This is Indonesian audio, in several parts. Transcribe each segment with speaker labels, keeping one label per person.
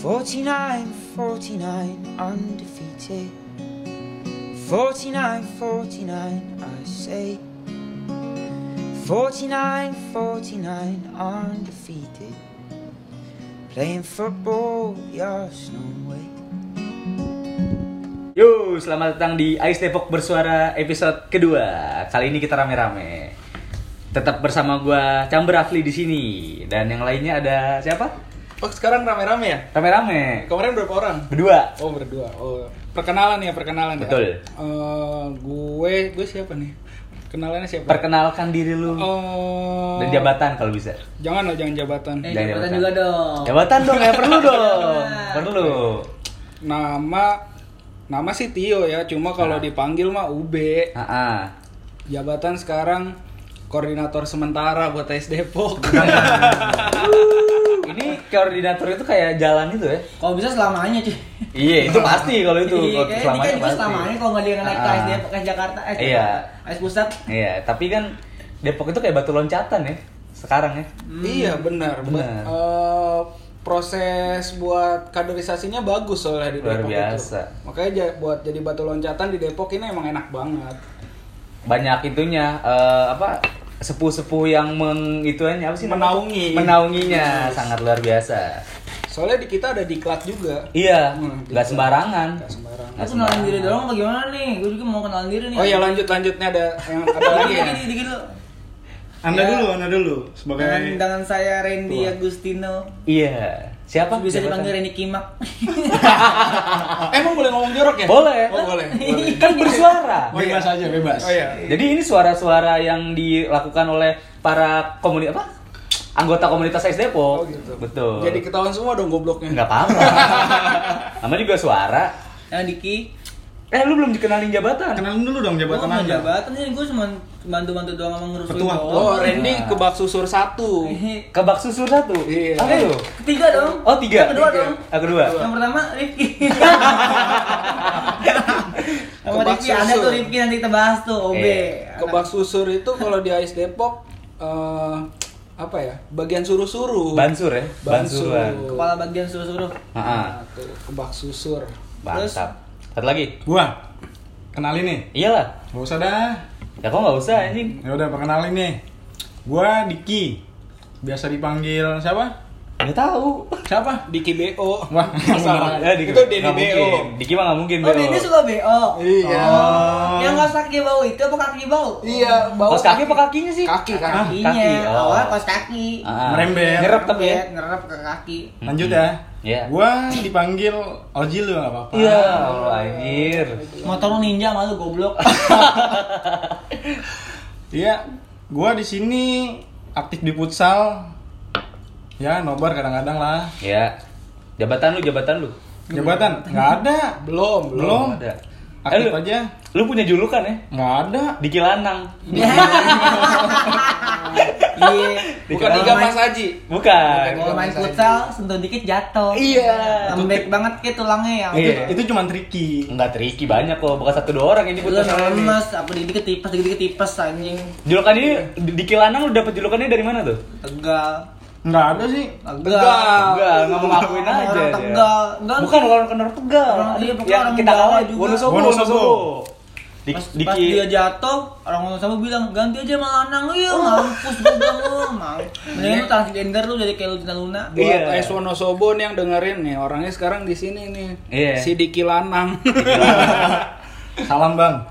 Speaker 1: 49 49 undefeated 49 49 I say 49 49 undefeated Playing football the Arsenal way
Speaker 2: Yo, selamat datang di Ais Depok Bersuara episode kedua. Kali ini kita rame-rame. Tetap bersama gua Chamber Afli di sini dan yang lainnya ada siapa?
Speaker 3: Oh sekarang rame-rame ya?
Speaker 2: Rame-rame.
Speaker 3: Kemarin berapa orang?
Speaker 2: Berdua.
Speaker 3: Oh berdua. Oh perkenalan ya perkenalan. ya?
Speaker 2: Betul.
Speaker 3: Eh, gue gue siapa nih? Kenalannya siapa?
Speaker 2: Perkenalkan diri lu
Speaker 3: Oh.
Speaker 2: dan jabatan kalau bisa.
Speaker 3: Jangan loh jangan jabatan.
Speaker 4: Eh, jabatan juga dong.
Speaker 2: Jabatan dong, ya perlu dong. perlu.
Speaker 3: Nama nama sih Tio ya.
Speaker 2: Nah.
Speaker 3: Cuma kalau dipanggil mah Ube.
Speaker 2: Ah, ah.
Speaker 3: Jabatan sekarang koordinator sementara buat tes Depok.
Speaker 2: Ini koordinator itu kayak jalan itu ya.
Speaker 4: Kalau bisa selamanya cuy.
Speaker 2: Iya, itu pasti kalau itu.
Speaker 4: Iya,
Speaker 2: Kalau
Speaker 4: kayaknya
Speaker 2: selamanya
Speaker 4: ini kan juga
Speaker 2: pasti.
Speaker 4: selamanya kalau nggak dia naik ke
Speaker 2: Ah.
Speaker 4: SD ke Jakarta, eh
Speaker 2: Iya.
Speaker 4: Ais pusat.
Speaker 2: Iya, tapi kan Depok itu kayak batu loncatan ya sekarang ya.
Speaker 3: Iya benar. Ba-
Speaker 2: Benar.
Speaker 3: eh, proses buat kaderisasinya bagus soalnya di
Speaker 2: Luar
Speaker 3: Depok
Speaker 2: biasa.
Speaker 3: itu. Makanya ja- buat jadi batu loncatan di Depok ini emang enak banget.
Speaker 2: banyak itunya eh, apa sepuh-sepuh yang mengituannya apa sih namanya?
Speaker 3: Menaungi. Iya.
Speaker 2: menaunginya sangat luar biasa
Speaker 3: Soalnya di kita ada diklat juga.
Speaker 2: iya
Speaker 3: Hmm,
Speaker 2: nggak
Speaker 3: gitu.
Speaker 2: sembarangan
Speaker 3: Nggak sembarangan.
Speaker 4: Aku kenalin diri doang apa gimana nih? Gue juga mau kenalin diri nih.
Speaker 3: Oh ya lanjut lanjutnya ada yang ada lagi ya. Iya.
Speaker 4: Dikit, dikit dulu.
Speaker 5: Anda
Speaker 4: Ya.
Speaker 5: dulu, Anda dulu sebagai
Speaker 4: Dengan, dengan saya Randy Agustino.
Speaker 2: iya siapa
Speaker 4: Bisa
Speaker 2: Jabatan?
Speaker 4: dipanggil Randy Kimak.
Speaker 5: Ah.
Speaker 3: Eh, Emang boleh ngomong jorok ya?
Speaker 2: Boleh.
Speaker 3: Oh, boleh. iya. boleh.
Speaker 2: kan bersuara
Speaker 5: bebas aja, bebas.
Speaker 3: Oh iya.
Speaker 2: jadi ini suara-suara yang dilakukan oleh para komuni apa anggota komunitas SD
Speaker 3: Oh
Speaker 2: Depok
Speaker 3: gitu.
Speaker 2: betul
Speaker 3: Jadi ketahuan semua dong gobloknya.
Speaker 2: nggak apa-apa namanya juga suara
Speaker 4: Yang Diki.
Speaker 2: eh lu belum dikenalin jabatan
Speaker 5: Kenalin dulu dong
Speaker 3: Oh,
Speaker 4: Gue
Speaker 5: jabatan
Speaker 4: mau
Speaker 5: Anda.
Speaker 4: jabatan sih, gue cuma bantu-bantu doang sama ngurusin
Speaker 5: Petua.
Speaker 4: doang.
Speaker 3: iya. Oh, Randy
Speaker 2: Iya.
Speaker 3: kebak susur satu.
Speaker 5: Iya.
Speaker 2: kebak susur satu
Speaker 3: Iya.
Speaker 2: apa itu
Speaker 4: Ketiga dong.
Speaker 2: oh tiga
Speaker 4: Yang kedua dong.
Speaker 2: Ah, kedua
Speaker 4: Yang pertama Rifki. Sama
Speaker 3: Kebak
Speaker 4: Rifki ada
Speaker 3: susu.
Speaker 4: tuh Rifki nanti kita bahas tuh OB.
Speaker 2: Eh,
Speaker 4: Anak-
Speaker 3: Kebak susur itu kalau di Ais Depok eh, apa ya? Bagian suruh-suruh.
Speaker 2: Bansur ya?
Speaker 3: Bansur.
Speaker 2: Bansuran.
Speaker 4: kepala bagian suruh-suruh.
Speaker 2: Heeh.
Speaker 3: Nah, tuh, Kebak susur.
Speaker 2: Mantap. Satu lagi.
Speaker 5: Gua.
Speaker 3: ya,
Speaker 5: Kenalin nih.
Speaker 2: Iyalah.
Speaker 5: Gak usah dah.
Speaker 2: Ya kok nggak usah anjing.
Speaker 5: Ya udah perkenalin nih. Gua Diki. Biasa dipanggil siapa?
Speaker 2: Nggak tahu.
Speaker 5: Siapa?
Speaker 3: Di KBO.
Speaker 5: Wah,
Speaker 3: Masalah.
Speaker 2: Ya, Diki-
Speaker 3: itu Denny
Speaker 2: nggak
Speaker 3: BO.
Speaker 2: mungkin. Diki mah nggak mungkin.
Speaker 4: Oh, ini suka BO.
Speaker 3: Iya.
Speaker 5: Oh.
Speaker 4: Yang kaos kaki bau itu apa kaki bau?
Speaker 3: Iya, bau
Speaker 2: Kaos kaki apa kakinya sih?
Speaker 3: Kaki,
Speaker 2: kaki,
Speaker 3: kaki.
Speaker 4: Kakinya,
Speaker 2: oh.
Speaker 4: awal kaos kaki.
Speaker 2: Ah,
Speaker 5: Merembet.
Speaker 2: Nyerap tapi ya.
Speaker 4: Nyerep, Nyerep ke kaki.
Speaker 5: Lanjut ya.
Speaker 2: Iya.
Speaker 5: Gua dipanggil Ojil juga gak apa-apa.
Speaker 2: Iya, Allah anjir.
Speaker 4: Motor lu ninja malu goblok.
Speaker 5: Iya. Gua di sini aktif di futsal. Ya, nobar kadang-kadang lah.
Speaker 2: Ya. Jabatan lu, jabatan lu.
Speaker 5: Jabatan? Nggak ada.
Speaker 3: Belum, belum.
Speaker 5: Belum.
Speaker 2: Ada. Eh,
Speaker 5: Aktif
Speaker 2: lu-
Speaker 5: aja.
Speaker 2: Lu punya julukan ya?
Speaker 5: Nggak ada.
Speaker 2: Diki Lanang.
Speaker 4: Iya.
Speaker 2: Dikira
Speaker 3: Bukan tiga
Speaker 4: main-
Speaker 3: Mas Haji.
Speaker 2: Bukan.
Speaker 4: Kalau main futsal sentuh dikit jatuh.
Speaker 2: Iya.
Speaker 4: Lembek banget kayak tulangnya ya.
Speaker 2: Iya. Mm.
Speaker 5: Itu cuma tricky.
Speaker 2: Enggak tricky banyak kok, bukan satu dua orang ini
Speaker 4: Lu
Speaker 2: putus orang ini.
Speaker 4: lemes, apa dikit tipes, dikit tipes anjing.
Speaker 2: Julukan ini Diki Lanang lu dapet julukannya dari mana tuh?
Speaker 4: Tegal.
Speaker 5: Nggak ada sih.
Speaker 4: Tegal.
Speaker 2: Enggak, enggak mau ngakuin aja.
Speaker 4: Orang
Speaker 2: dia.
Speaker 4: Tegal. Enggak,
Speaker 2: Bukan orang kenor Tegal.
Speaker 4: Orang-
Speaker 2: Ada
Speaker 4: iya, pokoknya
Speaker 2: yang
Speaker 4: orang
Speaker 2: kita
Speaker 4: Jawa
Speaker 2: kalah
Speaker 4: juga.
Speaker 2: Wonosobo,
Speaker 5: Wonosobo.
Speaker 2: Wonosobo. Di,
Speaker 4: Pas,
Speaker 2: Diki-
Speaker 4: pas dia jatuh, orang orang sama bilang ganti aja sama Lanang lu ya,
Speaker 2: Oh.
Speaker 4: mampus gue bilang lu, mau. Mendingan lu transgender lu jadi kayak Luna Luna.
Speaker 3: Buat
Speaker 2: Iya.
Speaker 3: S Wonosobo nih yang dengerin nih, orangnya sekarang di sini nih.
Speaker 2: Iya.
Speaker 3: Si Diki Lanang.
Speaker 5: Salam bang.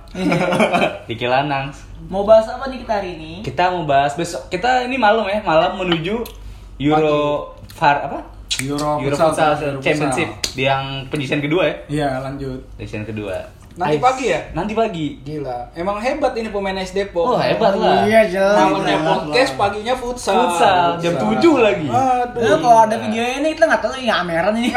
Speaker 2: Diki Lanang.
Speaker 4: Mau bahas apa nih kita hari ini?
Speaker 2: Kita mau bahas besok. Kita ini malam ya, malam menuju Euro Far apa?
Speaker 5: Euro,
Speaker 2: Euro
Speaker 5: Oh, Futsal,
Speaker 2: Futsal
Speaker 5: Euro Futsal.
Speaker 2: Championship yang penyisian kedua ya.
Speaker 5: Iya lanjut.
Speaker 2: Penyisian kedua.
Speaker 3: Nanti
Speaker 2: Nice.
Speaker 3: pagi ya?
Speaker 2: Nanti pagi.
Speaker 3: Gila, emang hebat ini pemain S
Speaker 2: Oh,
Speaker 3: Depok.
Speaker 2: hebat lah.
Speaker 4: jelas.
Speaker 3: Malamnya podcast, paginya futsal.
Speaker 2: Futsal jam 7 lagi.
Speaker 3: Aduh.
Speaker 2: Iya.
Speaker 4: Lu Eh, kalau ada videonya ini kita nggak tahu ini ameran ini.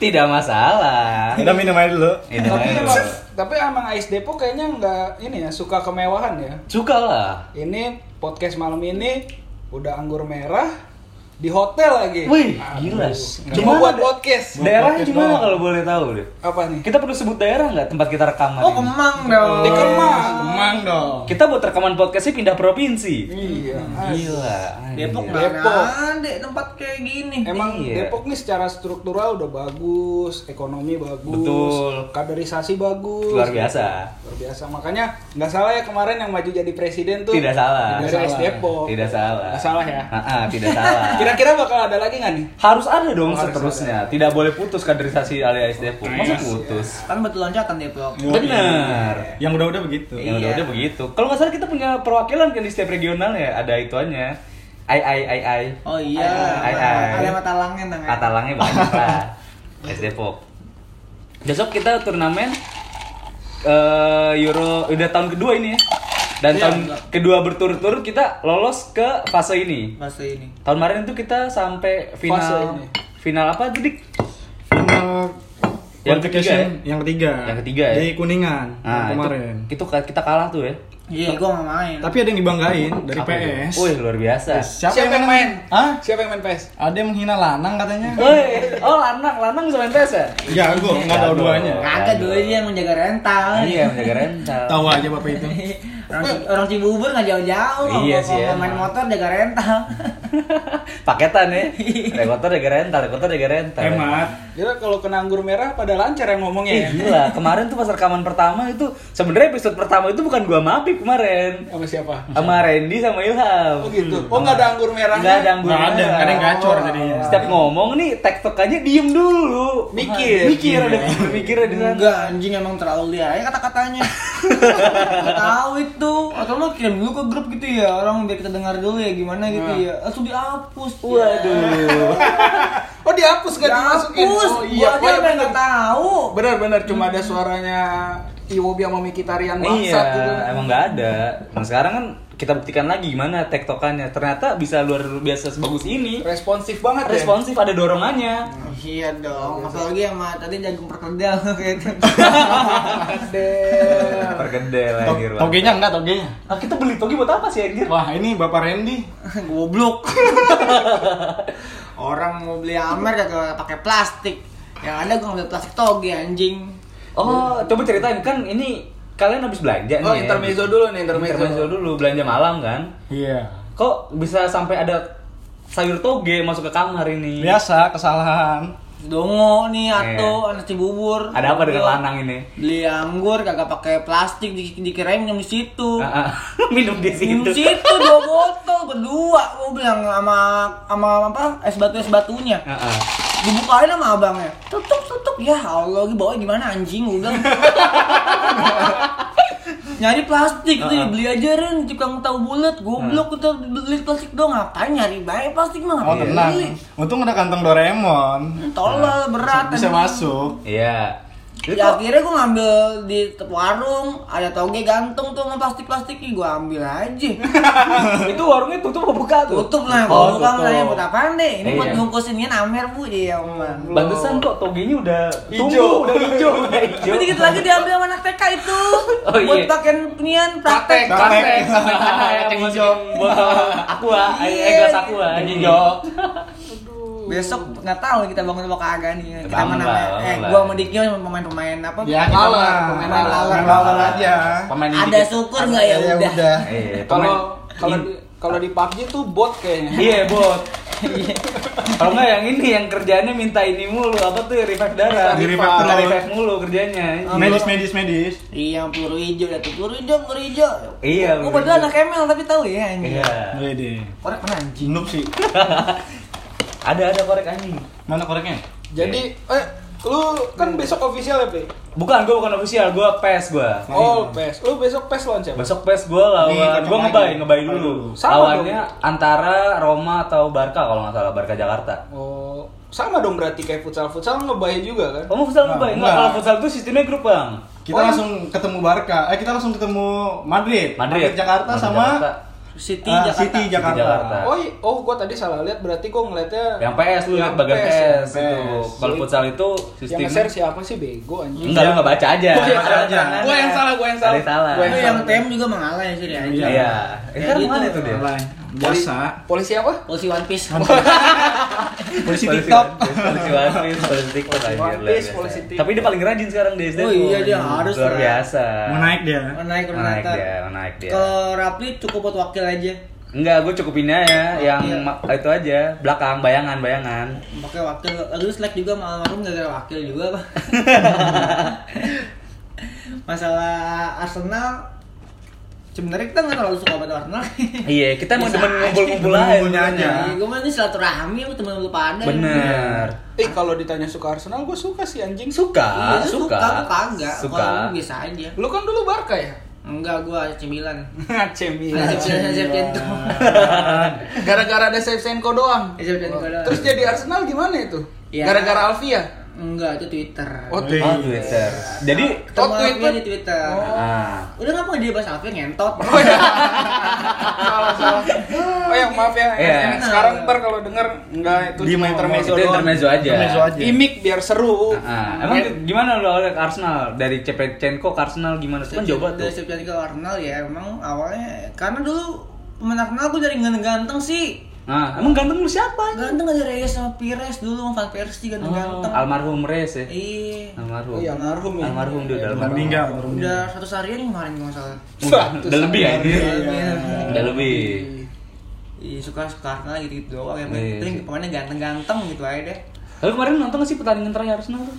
Speaker 2: Tidak masalah.
Speaker 5: Kita minum air dulu.
Speaker 2: Ini
Speaker 3: Tapi
Speaker 2: namanya
Speaker 3: emang,
Speaker 2: Euro.
Speaker 3: tapi emang Ais Depok kayaknya nggak ini ya suka kemewahan ya.
Speaker 2: Suka lah.
Speaker 3: Ini podcast malam ini udah anggur merah di hotel lagi.
Speaker 2: Wih, gila.
Speaker 3: Cuma
Speaker 2: Gimana
Speaker 3: buat
Speaker 2: da-
Speaker 3: podcast.
Speaker 2: daerahnya
Speaker 5: podcast
Speaker 2: gimana
Speaker 5: doang.
Speaker 2: kalau boleh tahu deh?
Speaker 3: Apa nih?
Speaker 2: Kita perlu sebut daerah nggak tempat kita rekaman?
Speaker 4: Oh
Speaker 2: ini?
Speaker 4: kemang dong.
Speaker 3: Di Kemang.
Speaker 5: Kemang dong.
Speaker 2: Kita buat rekaman podcastnya pindah provinsi.
Speaker 3: Iya.
Speaker 2: Gila.
Speaker 4: Depok
Speaker 2: anjir.
Speaker 4: mana
Speaker 3: Depok.
Speaker 4: kan dek tempat kayak gini.
Speaker 3: Emang
Speaker 2: Iya.
Speaker 3: Depok nih secara struktural udah bagus, ekonomi bagus,
Speaker 2: Betul.
Speaker 3: kaderisasi bagus.
Speaker 2: Luar biasa.
Speaker 3: Luar biasa. Makanya nggak salah ya kemarin yang maju jadi presiden tuh.
Speaker 2: Tidak salah.
Speaker 3: Dari
Speaker 2: Tidak
Speaker 3: SD Depok.
Speaker 2: Tidak salah.
Speaker 3: Nggak salah ya.
Speaker 2: Ah, ah, tidak salah.
Speaker 3: Kira-kira bakal ada lagi nggak nih?
Speaker 2: harus ada dong
Speaker 3: Harus
Speaker 2: seterusnya. Tidak boleh putus kaderisasi alias Depok. Masa putus?
Speaker 4: Kan batu loncatan Depok.
Speaker 5: Iya. Ya.
Speaker 2: Bener.
Speaker 5: Yang udah-udah begitu.
Speaker 2: Yang udah udah begitu. Kalau nggak salah kita punya perwakilan kan di setiap regional ya ada ituannya. Ai ai ai ai.
Speaker 4: Oh iya.
Speaker 2: Ai, ai.
Speaker 4: Ada mata langit namanya.
Speaker 2: Katalangnya banyak lah. West Depok. Besok kita turnamen eh, Euro udah tahun kedua ini ya. Dan
Speaker 3: Iya,
Speaker 2: tahun
Speaker 4: enggak.
Speaker 2: kedua berturut-turut kita lolos ke fase ini.
Speaker 4: Masa ini.
Speaker 2: Tahun kemarin itu kita sampai
Speaker 3: Fase
Speaker 2: final
Speaker 3: ini.
Speaker 2: final apa Dik?
Speaker 5: Final
Speaker 2: Yang
Speaker 5: qualification
Speaker 2: ketiga
Speaker 5: Eh,
Speaker 2: ya?
Speaker 5: yang ketiga.
Speaker 2: Yang ketiga ya?
Speaker 5: Dari Kuningan yang
Speaker 2: Nah,
Speaker 5: kemarin.
Speaker 2: Itu, itu ka- kita kalah tuh ya.
Speaker 4: Iya, gua nggak main.
Speaker 5: Tapi ada yang dibanggain dari
Speaker 2: Apa itu?
Speaker 5: PS.
Speaker 2: Wih, luar biasa.
Speaker 5: Siapa,
Speaker 3: Siapa yang main?
Speaker 5: Ah,
Speaker 3: Siapa yang main PS?
Speaker 5: ada yang menghina Lanang katanya.
Speaker 2: Woi, oh lanang, lanang bisa main PS ya?
Speaker 5: Jago, nggak tahu
Speaker 2: Jago.
Speaker 5: duanya.
Speaker 4: Kagak dulu dia yang menjaga rental.
Speaker 2: Iya, menjaga rental.
Speaker 5: Ah, Tahu aja bapak itu.
Speaker 4: Orang, orang Cibubur nggak jauh-jauh.
Speaker 2: Iya
Speaker 4: Kalau-
Speaker 2: sih,
Speaker 4: kalau
Speaker 2: emang.
Speaker 4: main motor jaga rental.
Speaker 2: Paketan ya.
Speaker 5: Iya.
Speaker 2: Rekotor jaga rental, rekotor jaga rental.
Speaker 5: Hemat.
Speaker 3: Kira kalau kena anggur merah pada lancar yang
Speaker 2: Eh
Speaker 3: ngomongnya ya.
Speaker 2: gila, kemarin tuh pas rekaman pertama itu sebenarnya episode pertama itu bukan gua mapi kemarin.
Speaker 3: Sama siapa?
Speaker 2: Sama Randy sama Ilham.
Speaker 3: Oh gitu. Oh nggak ada anggur merahnya.
Speaker 2: Enggak ada yang
Speaker 5: Nggak ada,
Speaker 2: bener.
Speaker 5: kadang gacor jadinya.
Speaker 2: Setiap ngomong nih tektok aja diem dulu.
Speaker 3: Mikir.
Speaker 2: Mikir ada
Speaker 5: Iya.
Speaker 2: mikir ada di sana.
Speaker 4: Enggak, anjing emang terlalu liar ya kata-katanya. Nggak tahu itu. Atau lo kirim dulu ke grup gitu ya, orang biar kita dengar dulu ya gimana gitu ya. Langsung dihapus.
Speaker 2: Nah. Waduh.
Speaker 3: Oh dihapus nggak dimasukin?
Speaker 4: Dihapus.
Speaker 3: Oh iya.
Speaker 4: Gua aja
Speaker 3: Bener,
Speaker 4: yang nggak tahu.
Speaker 3: bener bener cuma ada suaranya Iwobi sama Miki Tarian
Speaker 2: Iya,
Speaker 3: bangsat gitu.
Speaker 2: emang nggak ada. Nah sekarang kan kita buktikan lagi gimana tektokannya. Ternyata bisa luar biasa sebagus ini.
Speaker 3: Responsif
Speaker 2: Iya.
Speaker 3: banget ya.
Speaker 2: Responsif ada dorongannya.
Speaker 4: Iya dong, apalagi sama tadi jagung perkedel gitu.
Speaker 3: Damn.
Speaker 2: Pergede
Speaker 5: To-
Speaker 2: lagi ruang.
Speaker 5: Togenya enggak togenya.
Speaker 2: Iya. Nah, kita beli togi buat apa sih anjir?
Speaker 5: Wah, ini Bapak Randy.
Speaker 4: Goblok. Orang mau beli Amer kagak pakai plastik. Yang ada gua ngambil plastik toge anjing.
Speaker 2: Oh, coba ceritain kan ini kalian habis belanja nih.
Speaker 3: Oh,
Speaker 2: ya?
Speaker 3: intermezzo dulu nih, intermezzo.
Speaker 2: Intermezzo dulu belanja malam kan.
Speaker 5: Iya.
Speaker 2: Kok bisa sampai ada sayur toge masuk ke kamar ini?
Speaker 5: Biasa kesalahan.
Speaker 4: Dongo nih atau anak cibubur.
Speaker 2: Iya. Ada apa dengan lanang ini?
Speaker 4: Beli anggur kagak pakai plastik di dikira minum di situ.
Speaker 2: Ah, ah. Minum di
Speaker 4: Minum
Speaker 2: situ.
Speaker 4: situ dua botol berdua gua bilang sama sama apa es batu es batunya.
Speaker 5: Nah.
Speaker 2: Ah, ah.
Speaker 4: dibukain sama abangnya tutup tutup ya Allah gue bawa gimana anjing gua bilang nyari plastik tuh ya, beli aja Ren di tukang tahu bulat goblok kita beli plastik dong ngapain nyari baik plastik
Speaker 2: Iya.
Speaker 4: mah ngapain
Speaker 5: Oh, tenang.
Speaker 4: beli?
Speaker 5: Untung ada kantong Doraemon.
Speaker 4: tolol berat
Speaker 5: Bisa
Speaker 4: anjing.
Speaker 5: masuk.
Speaker 2: Iya. Itu
Speaker 4: ya akhirnya gue ngambil di te- warung ada toge gantung tuh sama plastik plastik gue ambil aja
Speaker 2: itu warungnya tutup apa buka tuh?
Speaker 4: tutup
Speaker 2: Oh,
Speaker 4: lah kalau bukan
Speaker 2: tutup.
Speaker 4: nanya buat apaan deh ini buat
Speaker 2: Iya.
Speaker 4: bungkusin ini amer bu ya Om.
Speaker 2: Bantesan kok togenya udah
Speaker 3: Ijo.
Speaker 2: tumbuh, udah hijau, udah hijau.
Speaker 4: Jadi dikit gitu lagi diambil sama anak TK itu
Speaker 2: Oh, iya.
Speaker 4: buat pakaian penian
Speaker 3: Praktek,
Speaker 4: praktek.
Speaker 3: praktek.
Speaker 2: Kacang hijau. Aku ah,
Speaker 4: Iya.
Speaker 2: egos aku ah. Hijau.
Speaker 4: Besok nggak tahu kita bangun apa kagak nih. Kita
Speaker 2: Bangun
Speaker 4: mana
Speaker 2: lah,
Speaker 4: eh
Speaker 2: bangun lah.
Speaker 4: gua sama Diki sama pemain-pemain apa?
Speaker 5: Ya, kita
Speaker 3: Lawan,
Speaker 5: mah
Speaker 3: pemain
Speaker 5: main
Speaker 4: lawan.
Speaker 5: lawan aja. Iya,
Speaker 2: Pemain
Speaker 4: Ada syukur nggak ya, udah.
Speaker 2: Eh,
Speaker 3: Kalau
Speaker 2: pemain-
Speaker 3: kalau di, kalau di PUBG tuh bot kayaknya.
Speaker 2: Iya, bot. Kalau nggak yang ini yang kerjaannya minta ini mulu, apa tuh revive darah.
Speaker 5: Di revive
Speaker 2: Minta
Speaker 5: terus.
Speaker 2: revive mulu kerjanya.
Speaker 5: Medis medis medis.
Speaker 4: Iya, peluru hijau dah tuh. Peluru hijau, peluru hijau.
Speaker 2: Iya,
Speaker 4: Gua
Speaker 2: peluru
Speaker 4: padahal
Speaker 2: hijau.
Speaker 4: anak ML tapi tahu ya anjing.
Speaker 2: Iya.
Speaker 5: Wede.
Speaker 4: Korek pernah anjing.
Speaker 5: Jinup sih.
Speaker 2: Ada ada korek anjing.
Speaker 5: Mana koreknya?
Speaker 3: Jadi eh lu kan besok official ya, Pe?
Speaker 2: Bukan, gue bukan official, gue PES gue.
Speaker 3: Oh, PES. Lu besok PES lawan siapa?
Speaker 2: Besok PES gue lawan,
Speaker 5: Nih, kacang
Speaker 2: gue
Speaker 5: lagi.
Speaker 2: ngebay, ngebay
Speaker 5: Ngebay
Speaker 2: dulu.
Speaker 5: dulu.
Speaker 3: Sama
Speaker 2: Lawannya antara Roma atau Barca kalau nggak salah, Barca Jakarta.
Speaker 3: Oh, sama dong berarti kayak futsal. Futsal ngebay juga kan?
Speaker 2: Kamu futsal
Speaker 5: Nah,
Speaker 2: ngebay? Enggak,
Speaker 5: enggak.
Speaker 2: kalau futsal itu sistemnya grup bang.
Speaker 5: Kita langsung ketemu Barca. Eh kita langsung ketemu Madrid.
Speaker 2: Madrid,
Speaker 5: Jakarta
Speaker 2: Madrid,
Speaker 5: sama
Speaker 2: Jakarta.
Speaker 4: City
Speaker 5: Ah,
Speaker 4: Jakarta.
Speaker 5: City Jakarta.
Speaker 2: Jakarta.
Speaker 3: Oh, i- oh gua tadi salah lihat berarti gua ngeliatnya
Speaker 2: Yang PS lu lihat
Speaker 3: Yang
Speaker 2: bagian
Speaker 3: PS,
Speaker 2: PS,
Speaker 5: yang
Speaker 2: itu.
Speaker 5: PS.
Speaker 2: Kalau futsal itu
Speaker 3: yang
Speaker 2: sistemnya
Speaker 3: share siapa sih bego anjing?
Speaker 2: Enggak, lu nggak baca aja.
Speaker 5: Gua yang salah,
Speaker 3: Gua yang salah, gua yang salah.
Speaker 2: Ada salah.
Speaker 3: Gua
Speaker 4: Lu yang TM juga mengalah ya sih dia anjing.
Speaker 2: Iya. Eh,
Speaker 4: Ya
Speaker 2: kan
Speaker 4: gitu.
Speaker 2: mana itu dia?
Speaker 5: Online. Biasa.
Speaker 3: Polisi apa?
Speaker 4: Polisi One Piece.
Speaker 5: Polisi TikTok.
Speaker 2: Polisi One Piece, polisi TikTok aja.
Speaker 3: One
Speaker 2: luar
Speaker 3: Piece,
Speaker 2: biasa.
Speaker 3: polisi TikTok.
Speaker 2: Tapi dia paling rajin sekarang di SD.
Speaker 4: Oh,
Speaker 2: tuh.
Speaker 4: iya, dia harus
Speaker 2: Luar
Speaker 4: lah.
Speaker 2: biasa.
Speaker 5: Menaik dia.
Speaker 4: Menaik
Speaker 2: Menaik
Speaker 4: Renata.
Speaker 2: dia, menaik dia.
Speaker 4: Kalau Rapli cukup buat wakil aja.
Speaker 2: Enggak, gue cukupin aja yang ma- itu aja, belakang bayangan bayangan.
Speaker 4: pakai wakil lu slack juga sama almarhum gak gara wakil juga apa masalah Arsenal sebenarnya kita nggak terlalu suka pada Arsenal
Speaker 2: Iya, kita mau
Speaker 4: Biasa
Speaker 2: demen
Speaker 4: aja.
Speaker 2: ngumpul-ngumpul aja.
Speaker 5: Ngumpulnya aja.
Speaker 2: sebenarnya.
Speaker 4: gue mah ini silaturahmi sama temen lu pada
Speaker 2: Bener.
Speaker 3: Eh kalau ditanya suka Arsenal, gue suka sih anjing.
Speaker 4: Iya,
Speaker 2: Suka,
Speaker 4: lu
Speaker 2: Ah, suka.
Speaker 4: gua kagak
Speaker 2: Suka.
Speaker 4: kalau lu biasa aja
Speaker 3: Lu kan dulu Barca ya?
Speaker 4: enggak gue AC Milan
Speaker 3: Acemi.
Speaker 2: Iya,
Speaker 4: AC Milan Shevchenko
Speaker 3: Gara-gara ada Shevchenko Iya, doang. Iya.
Speaker 4: AC Milan gua doang.
Speaker 3: Terus jadi Arsenal gimana itu?
Speaker 4: Ya.
Speaker 3: Gara-gara Alfia.
Speaker 4: enggak itu Twitter
Speaker 3: Oh,
Speaker 5: Wih.
Speaker 2: Oh, Twitter. Jadi
Speaker 4: Ketemu
Speaker 3: Oh, Twitter. Oh.
Speaker 4: Alfian di Twitter
Speaker 2: ah,
Speaker 4: udah ngapa dia bahas Alfian ngentot
Speaker 3: salah salah. Oh ya maaf ya.
Speaker 2: Iya.
Speaker 3: Yang Sekarang ntar kalau denger enggak itu
Speaker 5: Di
Speaker 3: cuma
Speaker 5: mau-
Speaker 3: intermezzo
Speaker 2: itu
Speaker 3: doang.
Speaker 2: intermezzo aja.
Speaker 5: Intermezzo aja.
Speaker 3: Gimik biar seru.
Speaker 2: Ah, emang gimana lo oleh Arsenal dari Cepecenko ke Arsenal gimana sih? Kan jauh banget
Speaker 4: Dari
Speaker 2: tuh.
Speaker 4: Shevchenko ke Arsenal ya emang awalnya karena dulu pemain Arsenal gue dari ganteng-ganteng sih.
Speaker 2: Nah, emang ganteng lu siapa?
Speaker 4: Ganteng gak dari Reyes sama Pires dulu sama Van Persie ganteng-ganteng.
Speaker 2: Oh, Almarhum Reyes ya.
Speaker 4: Iya.
Speaker 2: Almarhum.
Speaker 3: Oh, iya, almarhum ya.
Speaker 2: Almarhum dia udah almarhum.
Speaker 5: Iya, meninggal
Speaker 4: Udah satu harian yang kemarin nggak salah.
Speaker 2: Udah, udah lebih ya ini.
Speaker 4: Iya.
Speaker 2: Udah lebih.
Speaker 4: Iya suka suka Arsenal gitu gitu doang. Yang
Speaker 2: Iya,
Speaker 4: penting
Speaker 2: sih.
Speaker 4: pemainnya ganteng-ganteng gitu aja deh.
Speaker 2: Lalu kemarin nonton nggak sih pertandingan terakhir Arsenal tuh?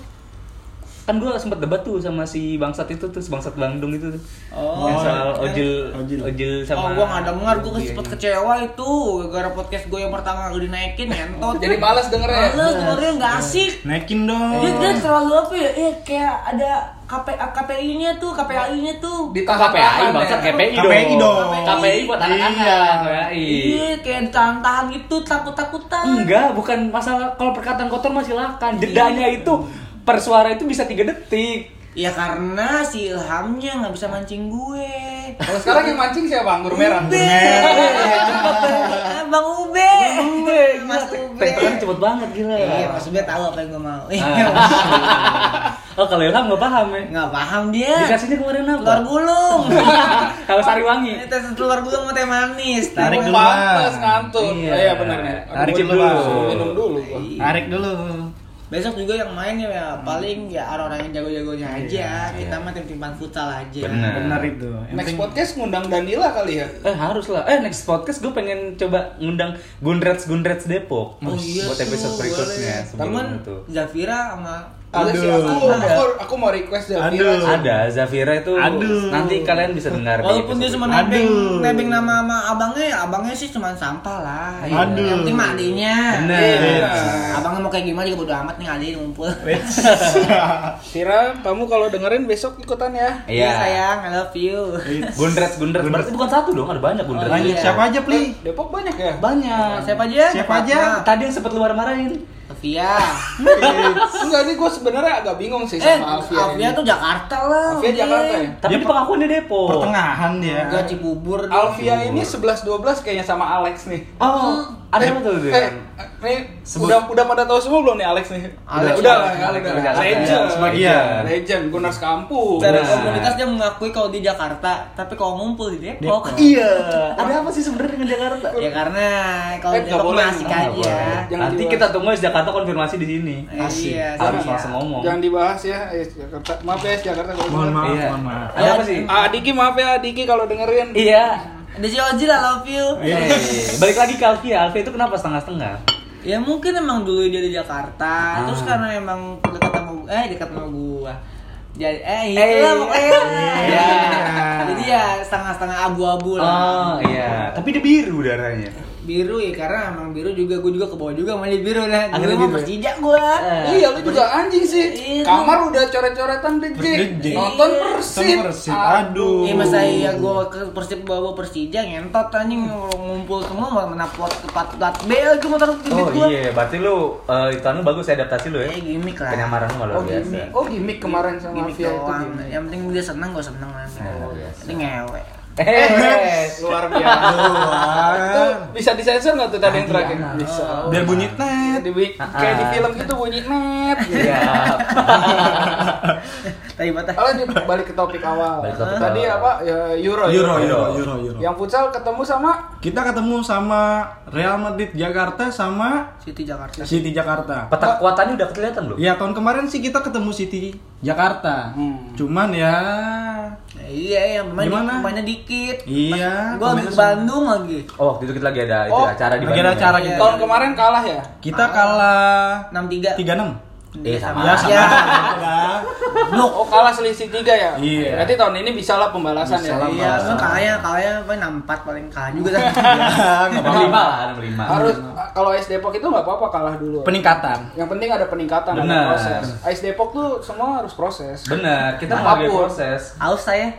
Speaker 2: Kan gua sempet debat tuh sama si bangsat itu tuh, si bangsat Bandung itu tuh.
Speaker 4: Oh,
Speaker 2: yang soal
Speaker 4: iya.
Speaker 2: Ojil,
Speaker 5: Ojil.
Speaker 2: Ojil, sama.
Speaker 4: oh gua nggak dengar, gua
Speaker 2: Iya,
Speaker 4: sempet
Speaker 2: iya.
Speaker 4: kecewa itu gara-gara podcast gua yang pertama gak dinaikin ngentot.
Speaker 3: Jadi malas dengernya.
Speaker 4: Males dengerin nggak asik.
Speaker 5: naikin dong
Speaker 4: Dia, dia terlalu apa ya? Eh kayak ada KPA KPI-nya tuh, KPI-nya tuh.
Speaker 3: Ditahan
Speaker 2: KPI bangsat KPI dong.
Speaker 5: KPI dong.
Speaker 2: KPI buat anak-anak. KPI.
Speaker 4: Iya, kayak ditahan-tahan gitu,
Speaker 3: Hmm.
Speaker 4: takut-takutan.
Speaker 2: Enggak, bukan masalah kalau perkataan kotor masih silakan.
Speaker 4: Iya.
Speaker 2: Jedanya itu per suara itu bisa 3 detik.
Speaker 4: Ya karena si Ilhamnya nggak bisa mancing gue.
Speaker 3: Kalau sekarang yang mancing siapa? Anggur merah.
Speaker 4: Ube, Eh, Bang Ube, Mas Ube.
Speaker 2: Tektokan cepet banget gila. Ah.
Speaker 4: Iya, Mas Ube tahu apa yang gue mau. Iya,
Speaker 3: Ah.
Speaker 2: oh, kalau Ilham nggak paham ya.
Speaker 4: Nggak paham dia.
Speaker 2: Dikasihnya kemarin
Speaker 4: telur
Speaker 2: apa?
Speaker 4: gulung.
Speaker 3: Iya.
Speaker 2: Kalau sari wangi.
Speaker 4: Ini tes telur gulung sama teh manis.
Speaker 5: Tarik
Speaker 4: Tahu.
Speaker 5: dulu.
Speaker 3: Pantes ngantuk.
Speaker 2: Iya.
Speaker 3: Iya, iya benar nih.
Speaker 2: Tarikin
Speaker 3: Aduh, gua
Speaker 2: dulu.
Speaker 3: Minum dulu gua.
Speaker 5: tarik dulu
Speaker 4: Besok juga yang main ya, ya
Speaker 2: Hmm.
Speaker 4: paling ya orang-orang yang jago-jagonya aja. Kita mah tim-timan futsal aja.
Speaker 2: Iya. Benar.
Speaker 5: benar itu Yang
Speaker 3: Next
Speaker 5: penting-
Speaker 3: podcast ngundang Danila kali ya.
Speaker 2: Eh harus lah. Eh next podcast gue pengen coba ngundang Gundrets Gundrets Depok
Speaker 4: Oh iya
Speaker 2: buat episode
Speaker 4: tuh,
Speaker 2: berikutnya
Speaker 4: boleh.
Speaker 2: sebelum
Speaker 4: Cuman
Speaker 2: itu.
Speaker 4: Zafira sama
Speaker 3: Ada sih,
Speaker 5: Aduh.
Speaker 3: aku, aku, aku mau request Zafira.
Speaker 5: Aduh.
Speaker 3: sih.
Speaker 2: Ada Zafira itu
Speaker 5: Aduh.
Speaker 2: nanti kalian bisa dengar di
Speaker 4: Walaupun dia
Speaker 2: episode
Speaker 4: cuma
Speaker 5: Aduh.
Speaker 4: nebeng, nebeng nama sama abangnya, ya abangnya sih cuma sampah lah.
Speaker 2: Iya.
Speaker 5: Aduh.
Speaker 4: Yang penting mah adiknya.
Speaker 2: Bener.
Speaker 3: Iya.
Speaker 4: Abangnya mau kayak gimana juga bodo amat nih kali ngumpul.
Speaker 2: Iya.
Speaker 5: Wits.
Speaker 3: Vira, kamu kalau dengerin besok ikutan ya.
Speaker 2: Iya.
Speaker 4: sayang, I love you.
Speaker 2: Gundrets Gundrets berarti bukan satu dong, ada banyak Gundrets.
Speaker 5: lanjut
Speaker 4: Iya.
Speaker 5: Oh, siapa aja pli
Speaker 3: Depok banyak ya?
Speaker 2: Banyak.
Speaker 4: Siapa aja?
Speaker 5: Siapa aja?
Speaker 4: Fatma,
Speaker 2: Tadi yang sempat luar marahin.
Speaker 4: Sofia.
Speaker 3: Enggak nih, gue sebenarnya agak bingung sih
Speaker 4: eh,
Speaker 3: sama Alfia.
Speaker 4: Alfia
Speaker 3: ini.
Speaker 4: tuh Jakarta lah.
Speaker 3: Alfia
Speaker 4: Udin.
Speaker 3: Jakarta ya?
Speaker 2: Tapi di pengakuannya Depok.
Speaker 5: pertengahan dia
Speaker 4: Enggak Cibubur. dia.
Speaker 3: Alfia ini 11-12 kayaknya sama Alex nih.
Speaker 2: Oh, ada apa tuh?
Speaker 3: Eh, nih udah udah pada tahu semua belum nih Alex nih?
Speaker 4: Alex.
Speaker 3: udah lah, Alex,
Speaker 4: Alex, Alex,
Speaker 3: udah.
Speaker 2: Alex.
Speaker 3: Legend,
Speaker 5: Sebagian.
Speaker 3: Legend, Gunners Kampus.
Speaker 4: Dari
Speaker 2: Nah.
Speaker 4: komunitas dia mengakui kalau di Jakarta, tapi kalau ngumpul di Depok.
Speaker 2: Iya. Ada apa sih sebenarnya dengan Jakarta?
Speaker 4: Ya karena kalau
Speaker 3: Eh,
Speaker 4: di
Speaker 3: nggak
Speaker 4: Depok
Speaker 3: boleh,
Speaker 4: masih
Speaker 3: nggak
Speaker 4: aja.
Speaker 3: Jangan
Speaker 2: Nanti
Speaker 3: dibahas.
Speaker 2: kita tunggu di Jakarta konfirmasi di sini.
Speaker 4: Asik. Iya,
Speaker 2: Harus
Speaker 4: siap.
Speaker 2: langsung ngomong.
Speaker 3: Jangan dibahas ya, eh, Jakarta. Maaf ya, Jakarta kalau
Speaker 5: mohon
Speaker 3: denger.
Speaker 5: maaf
Speaker 2: Iya.
Speaker 5: mohon maaf
Speaker 2: Ada apa sih?
Speaker 3: Ah, Diki maaf ya, Diki kalau dengerin.
Speaker 2: Iya.
Speaker 4: Ada si Oji lah, love you.
Speaker 2: Eh, balik lagi ke Alfia. Alfia itu kenapa setengah-setengah?
Speaker 4: Ya mungkin emang dulu dia di
Speaker 2: Ah.
Speaker 4: Jakarta, terus karena emang dekat sama gua- eh dekat sama gua. Jadi eh itulah
Speaker 2: Eh,
Speaker 4: pokoknya.
Speaker 2: iya.
Speaker 4: Jadi ya setengah-setengah abu-abu lah.
Speaker 2: Oh iya. Tapi dia biru darahnya.
Speaker 4: Biru ya karena emang biru juga gua juga ke bawah juga sama dia biru nah. Dulu
Speaker 2: Akhirnya
Speaker 4: mah
Speaker 2: biru.
Speaker 4: Persija gua.
Speaker 2: Eh,
Speaker 3: Iya, lu juga anjing sih.
Speaker 4: Iya.
Speaker 3: Kamar udah coret-coretan
Speaker 5: The
Speaker 3: dejek.
Speaker 5: Jack.
Speaker 3: Nonton
Speaker 4: Iya.
Speaker 3: Persib.
Speaker 5: Nonton Persib, aduh.
Speaker 4: Iya masa iya gua ke Persib bawa Persija ngentot anjing ngumpul semua malah menapot ke plat plat B lagi gitu, motor kredit
Speaker 2: Oh
Speaker 4: gua.
Speaker 2: iya, berarti lu eh, itu anu bagus ya, adaptasi lu ya.
Speaker 4: Eh gimmick lah.
Speaker 2: Penyamaran lu luar
Speaker 3: Iya, Oh,
Speaker 2: biasa.
Speaker 3: gimmick. Oh, gimmick kemarin sama
Speaker 4: Gimmick
Speaker 3: Alfia itu.
Speaker 4: doang.
Speaker 3: gimmick.
Speaker 4: Yang penting dia seneng gua seneng lah.
Speaker 2: luar biasa.
Speaker 4: Ini ngewe.
Speaker 2: Eh,
Speaker 3: Luar biasa. Itu bisa disensor nggak tuh tadi
Speaker 2: Ah,
Speaker 3: yang terakhir?
Speaker 2: iya.
Speaker 3: Bisa.
Speaker 2: Oh.
Speaker 5: biar bunyi net
Speaker 3: Di, kayak di film gitu bunyi net. gitu.
Speaker 2: Iya. Siap.
Speaker 4: Tai mata.
Speaker 3: Kalau di- balik ke topik awal.
Speaker 2: Balik ke topik
Speaker 3: Tadi
Speaker 2: awal.
Speaker 3: apa? Ya, Euro. ya?
Speaker 5: euro euro euro euro
Speaker 3: Yang futsal ketemu sama
Speaker 5: kita ketemu sama Real Madrid Jakarta sama
Speaker 4: City Jakarta.
Speaker 5: City Jakarta
Speaker 2: Peta kekuatannya udah kelihatan belum?
Speaker 5: ya tahun kemarin sih kita ketemu City Jakarta
Speaker 3: Hmm.
Speaker 5: cuman ya
Speaker 4: Nah, iya, yang pemain
Speaker 5: Gimana?
Speaker 4: pemainnya dikit. dikit.
Speaker 5: Iya,
Speaker 4: Gue lagi
Speaker 5: komennya
Speaker 4: ke
Speaker 5: semua.
Speaker 4: Bandung lagi.
Speaker 2: Oh, waktu itu kita lagi ada itu
Speaker 3: Oh,
Speaker 2: acara di
Speaker 5: lagi ada acara
Speaker 2: ya?
Speaker 5: gitu.
Speaker 3: Tahun kemarin kalah ya?
Speaker 5: Kita kalah
Speaker 4: 63.
Speaker 5: 3-6.
Speaker 2: Eh, sama.
Speaker 5: Ya, sama.
Speaker 4: Ya.
Speaker 5: Udah.
Speaker 3: Oh kalah selisih tiga ya?
Speaker 5: Iya.
Speaker 3: Berarti tahun ini bisalah pembalasan ya?
Speaker 5: Bisalah,
Speaker 4: Iya,
Speaker 5: Mas.
Speaker 4: gue kaya, kaya, apa 64 paling kaya juga kan.
Speaker 5: Enggak
Speaker 2: Enam
Speaker 5: apa-apa.
Speaker 2: lima lah, enam lima.
Speaker 3: Harus kalau Ice Depok itu nggak apa-apa kalah dulu.
Speaker 5: Peningkatan.
Speaker 3: Yang penting ada peningkatan, ada
Speaker 2: Benar.
Speaker 3: proses. Ice Depok tuh semua harus proses.
Speaker 2: Bener, kita
Speaker 3: Apapun.
Speaker 2: menghargai proses.
Speaker 4: Haus saya.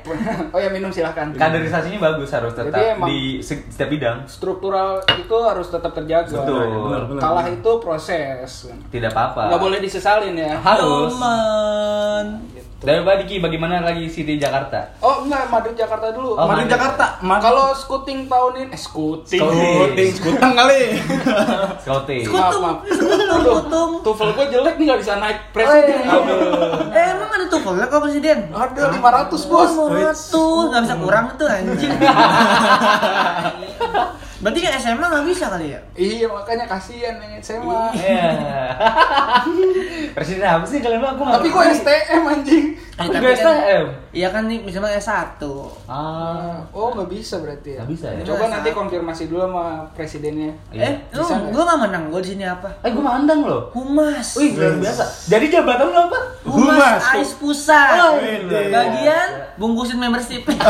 Speaker 3: oh ya minum silahkan.
Speaker 2: Kaderisasinya bagus harus tetap
Speaker 3: Jadi emang-
Speaker 2: di se- setiap bidang.
Speaker 3: Struktural itu harus tetap terjaga.
Speaker 2: Betul.
Speaker 5: Benar, benar.
Speaker 3: Kalah itu proses.
Speaker 2: Tidak apa-apa.
Speaker 3: Nggak boleh disesalin ya.
Speaker 2: Harus.
Speaker 4: Temen.
Speaker 2: Dari Mbak Diki, bagaimana lagi City Jakarta?
Speaker 3: Oh enggak, Madrid Jakarta dulu.
Speaker 2: Oh, Madrid.
Speaker 5: Madrid.
Speaker 3: Kalau scouting tahun ini, eh scouting.
Speaker 5: Skuting, skutang kali.
Speaker 2: Scouting.
Speaker 3: Maaf, maaf. Aduh, Tuvel gue jelek nih nggak bisa naik presiden. Aduh.
Speaker 4: Eh, emang ada tuh kalau kok presiden?
Speaker 3: Ada 500
Speaker 4: Bos,
Speaker 3: bos.
Speaker 4: tuh nggak bisa kurang tuh anjing. Berarti kan SMA nggak bisa kali ya?
Speaker 3: Iya makanya kasihan yang SMA.
Speaker 2: Iya. Presiden apa sih kalian mah? Aku nggak
Speaker 3: Tapi gue
Speaker 2: ngerti.
Speaker 3: STM anjing.
Speaker 4: Eh,
Speaker 2: Aku
Speaker 4: tapi
Speaker 2: juga
Speaker 4: kan-
Speaker 2: STM.
Speaker 4: Iya kan nih misalnya S1.
Speaker 2: Ah,
Speaker 3: Oh nggak bisa berarti ya.
Speaker 2: Nggak bisa ya?
Speaker 3: Coba
Speaker 4: Nggak
Speaker 3: nanti
Speaker 4: bisa.
Speaker 3: konfirmasi dulu sama presidennya.
Speaker 2: Iya.
Speaker 4: Eh, lu
Speaker 3: Bisa nggak?
Speaker 4: gua nggak menang, gua di sini apa?
Speaker 2: Eh, gue mandang loh.
Speaker 4: Humas.
Speaker 2: Wih, luar biasa. Jadi jabatan lu apa?
Speaker 4: Humas,
Speaker 5: Humas.
Speaker 4: AIS Pusat.
Speaker 5: Wede.
Speaker 4: Bagian bungkusin membership. Ya,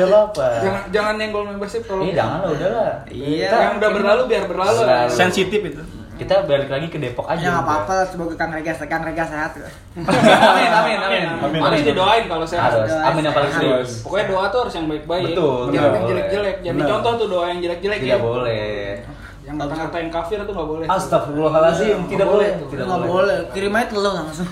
Speaker 2: Tidak apa-apa.
Speaker 3: Jangan jangan nenggol membership kalau
Speaker 2: Iya, Eh. jangan lah, udah lah.
Speaker 4: Iya.
Speaker 2: Kita-
Speaker 3: yang udah berlalu biar berlalu.
Speaker 2: Berlalu.
Speaker 5: Sensitif itu.
Speaker 2: Kita balik lagi ke Depok aja.
Speaker 4: Ya nggak apa-apa lah, sebagai kang Rega, kang Rega sehat.
Speaker 2: amin, amin, amin.
Speaker 5: Amin.
Speaker 3: Amin didoain kalau
Speaker 2: Harus.
Speaker 3: saya.
Speaker 2: Amin yang paling serius.
Speaker 3: Pokoknya doa tuh harus yang baik-baik.
Speaker 2: Betul,
Speaker 3: Jangan
Speaker 2: benar.
Speaker 3: yang jelek-jelek. Jangan
Speaker 5: Benar.
Speaker 3: dicontoh tuh doa yang jelek-jelek ya.
Speaker 2: Tidak boleh.
Speaker 3: Yang kata-kata yang kafir tuh nggak boleh.
Speaker 2: Astagfirullahalazim,
Speaker 3: Iya,
Speaker 2: tidak
Speaker 3: nggak
Speaker 2: boleh.
Speaker 3: tuh.
Speaker 2: Tidak
Speaker 4: Nggak boleh, kirim aja telur langsung.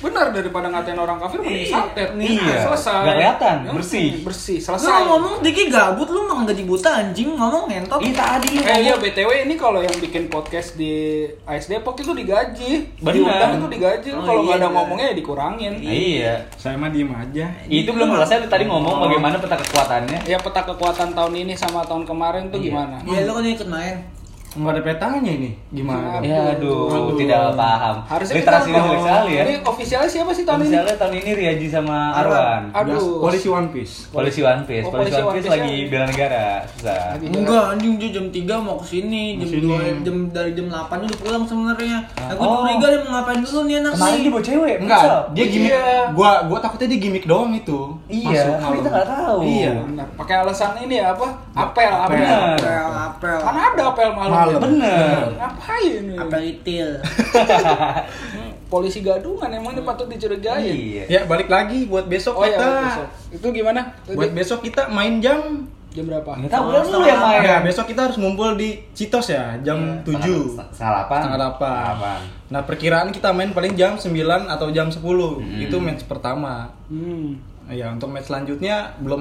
Speaker 3: Benar daripada ngatain orang kafir mending santet nih.
Speaker 2: Iya.
Speaker 3: Selesai.
Speaker 2: Nggak kelihatan,
Speaker 3: Ya,
Speaker 2: bersih.
Speaker 3: Bersih,
Speaker 4: Lu
Speaker 3: selesai.
Speaker 4: ngomong dikit gabut, lu mah gaji buta anjing ngomong ngentot.
Speaker 2: Ih, tadi lu
Speaker 3: Eh iya
Speaker 4: kan?
Speaker 2: ngomong.
Speaker 3: BTW ini kalau yang bikin podcast di AIS Depok itu digaji.
Speaker 2: Benar.
Speaker 3: Diundang itu digaji. Lu
Speaker 4: Oh,
Speaker 3: kalau nggak
Speaker 4: iya,
Speaker 3: ada
Speaker 4: iya.
Speaker 3: ngomongnya ya dikurangin.
Speaker 2: Iya.
Speaker 5: Saya mah diem aja.
Speaker 2: Itu belum selesai lu tadi ngomong bagaimana peta kekuatannya.
Speaker 3: Ya peta kekuatan tahun ini sama tahun kemarin tuh gimana?
Speaker 4: Ya lu kan ikut main.
Speaker 5: Enggak ada petanya ini. Gimana?
Speaker 2: Ya
Speaker 3: Iya.
Speaker 2: aduh, tidak paham.
Speaker 3: Harusnya kita
Speaker 2: literasi jelek sekali ya.
Speaker 3: Ini ofisialnya siapa sih tahun ini?
Speaker 2: Misalnya tahun ini Riaji sama Arwan.
Speaker 3: Aduh.
Speaker 5: Polisi One Piece.
Speaker 2: Polisi One Piece,
Speaker 3: Oh,
Speaker 2: polisi
Speaker 3: polisi
Speaker 2: One
Speaker 3: One
Speaker 2: Piece
Speaker 3: Piece-nya-
Speaker 2: lagi bela negara, susah.
Speaker 3: Lagi bela-
Speaker 4: Enggak anjing dia jam 3 mau kesini, jam
Speaker 5: Kesini.
Speaker 4: 2 jam dari jam 8 udah pulang sebenarnya. Aku
Speaker 2: Oh.
Speaker 4: curiga dia mau ngapain dulu nih anak
Speaker 2: Kemarin dia
Speaker 4: nih.
Speaker 2: bawa cewek, futsal.
Speaker 5: Enggak, dia gimmick.
Speaker 3: Iya.
Speaker 5: Gua gua takutnya dia gimmick doang itu.
Speaker 2: Iya,
Speaker 5: Masuk
Speaker 2: kan
Speaker 5: malam.
Speaker 2: kita nggak tahu.
Speaker 5: Iya.
Speaker 3: Benar. Pakai alasan ini ya apa? Apel, apel.
Speaker 2: Benar.
Speaker 4: Apel, apel.
Speaker 3: Kan ada apel malam.
Speaker 5: Malam.
Speaker 2: Bener.
Speaker 3: Ngapain ini?
Speaker 4: Apel itil.
Speaker 3: Polisi gadungan emang ini patut dicurigai.
Speaker 2: Iya.
Speaker 5: Ya, balik lagi buat besok
Speaker 3: Oh ya,
Speaker 5: kita.
Speaker 3: besok. Itu gimana? Tadi
Speaker 5: Iya. Buat besok kita main jam
Speaker 3: jam berapa?
Speaker 2: Nggak tahu kan lu yang main.
Speaker 5: Ya, besok kita harus ngumpul di Citos ya, jam 7.
Speaker 2: Setengah- Setengah Iya, delapan.
Speaker 5: Setengah delapan.
Speaker 2: Delapan.
Speaker 5: Nah, perkiraan kita main paling jam 9 atau jam 10.
Speaker 2: Hmm.
Speaker 5: Itu match pertama.
Speaker 3: Hmm.
Speaker 5: Ya, untuk match selanjutnya belum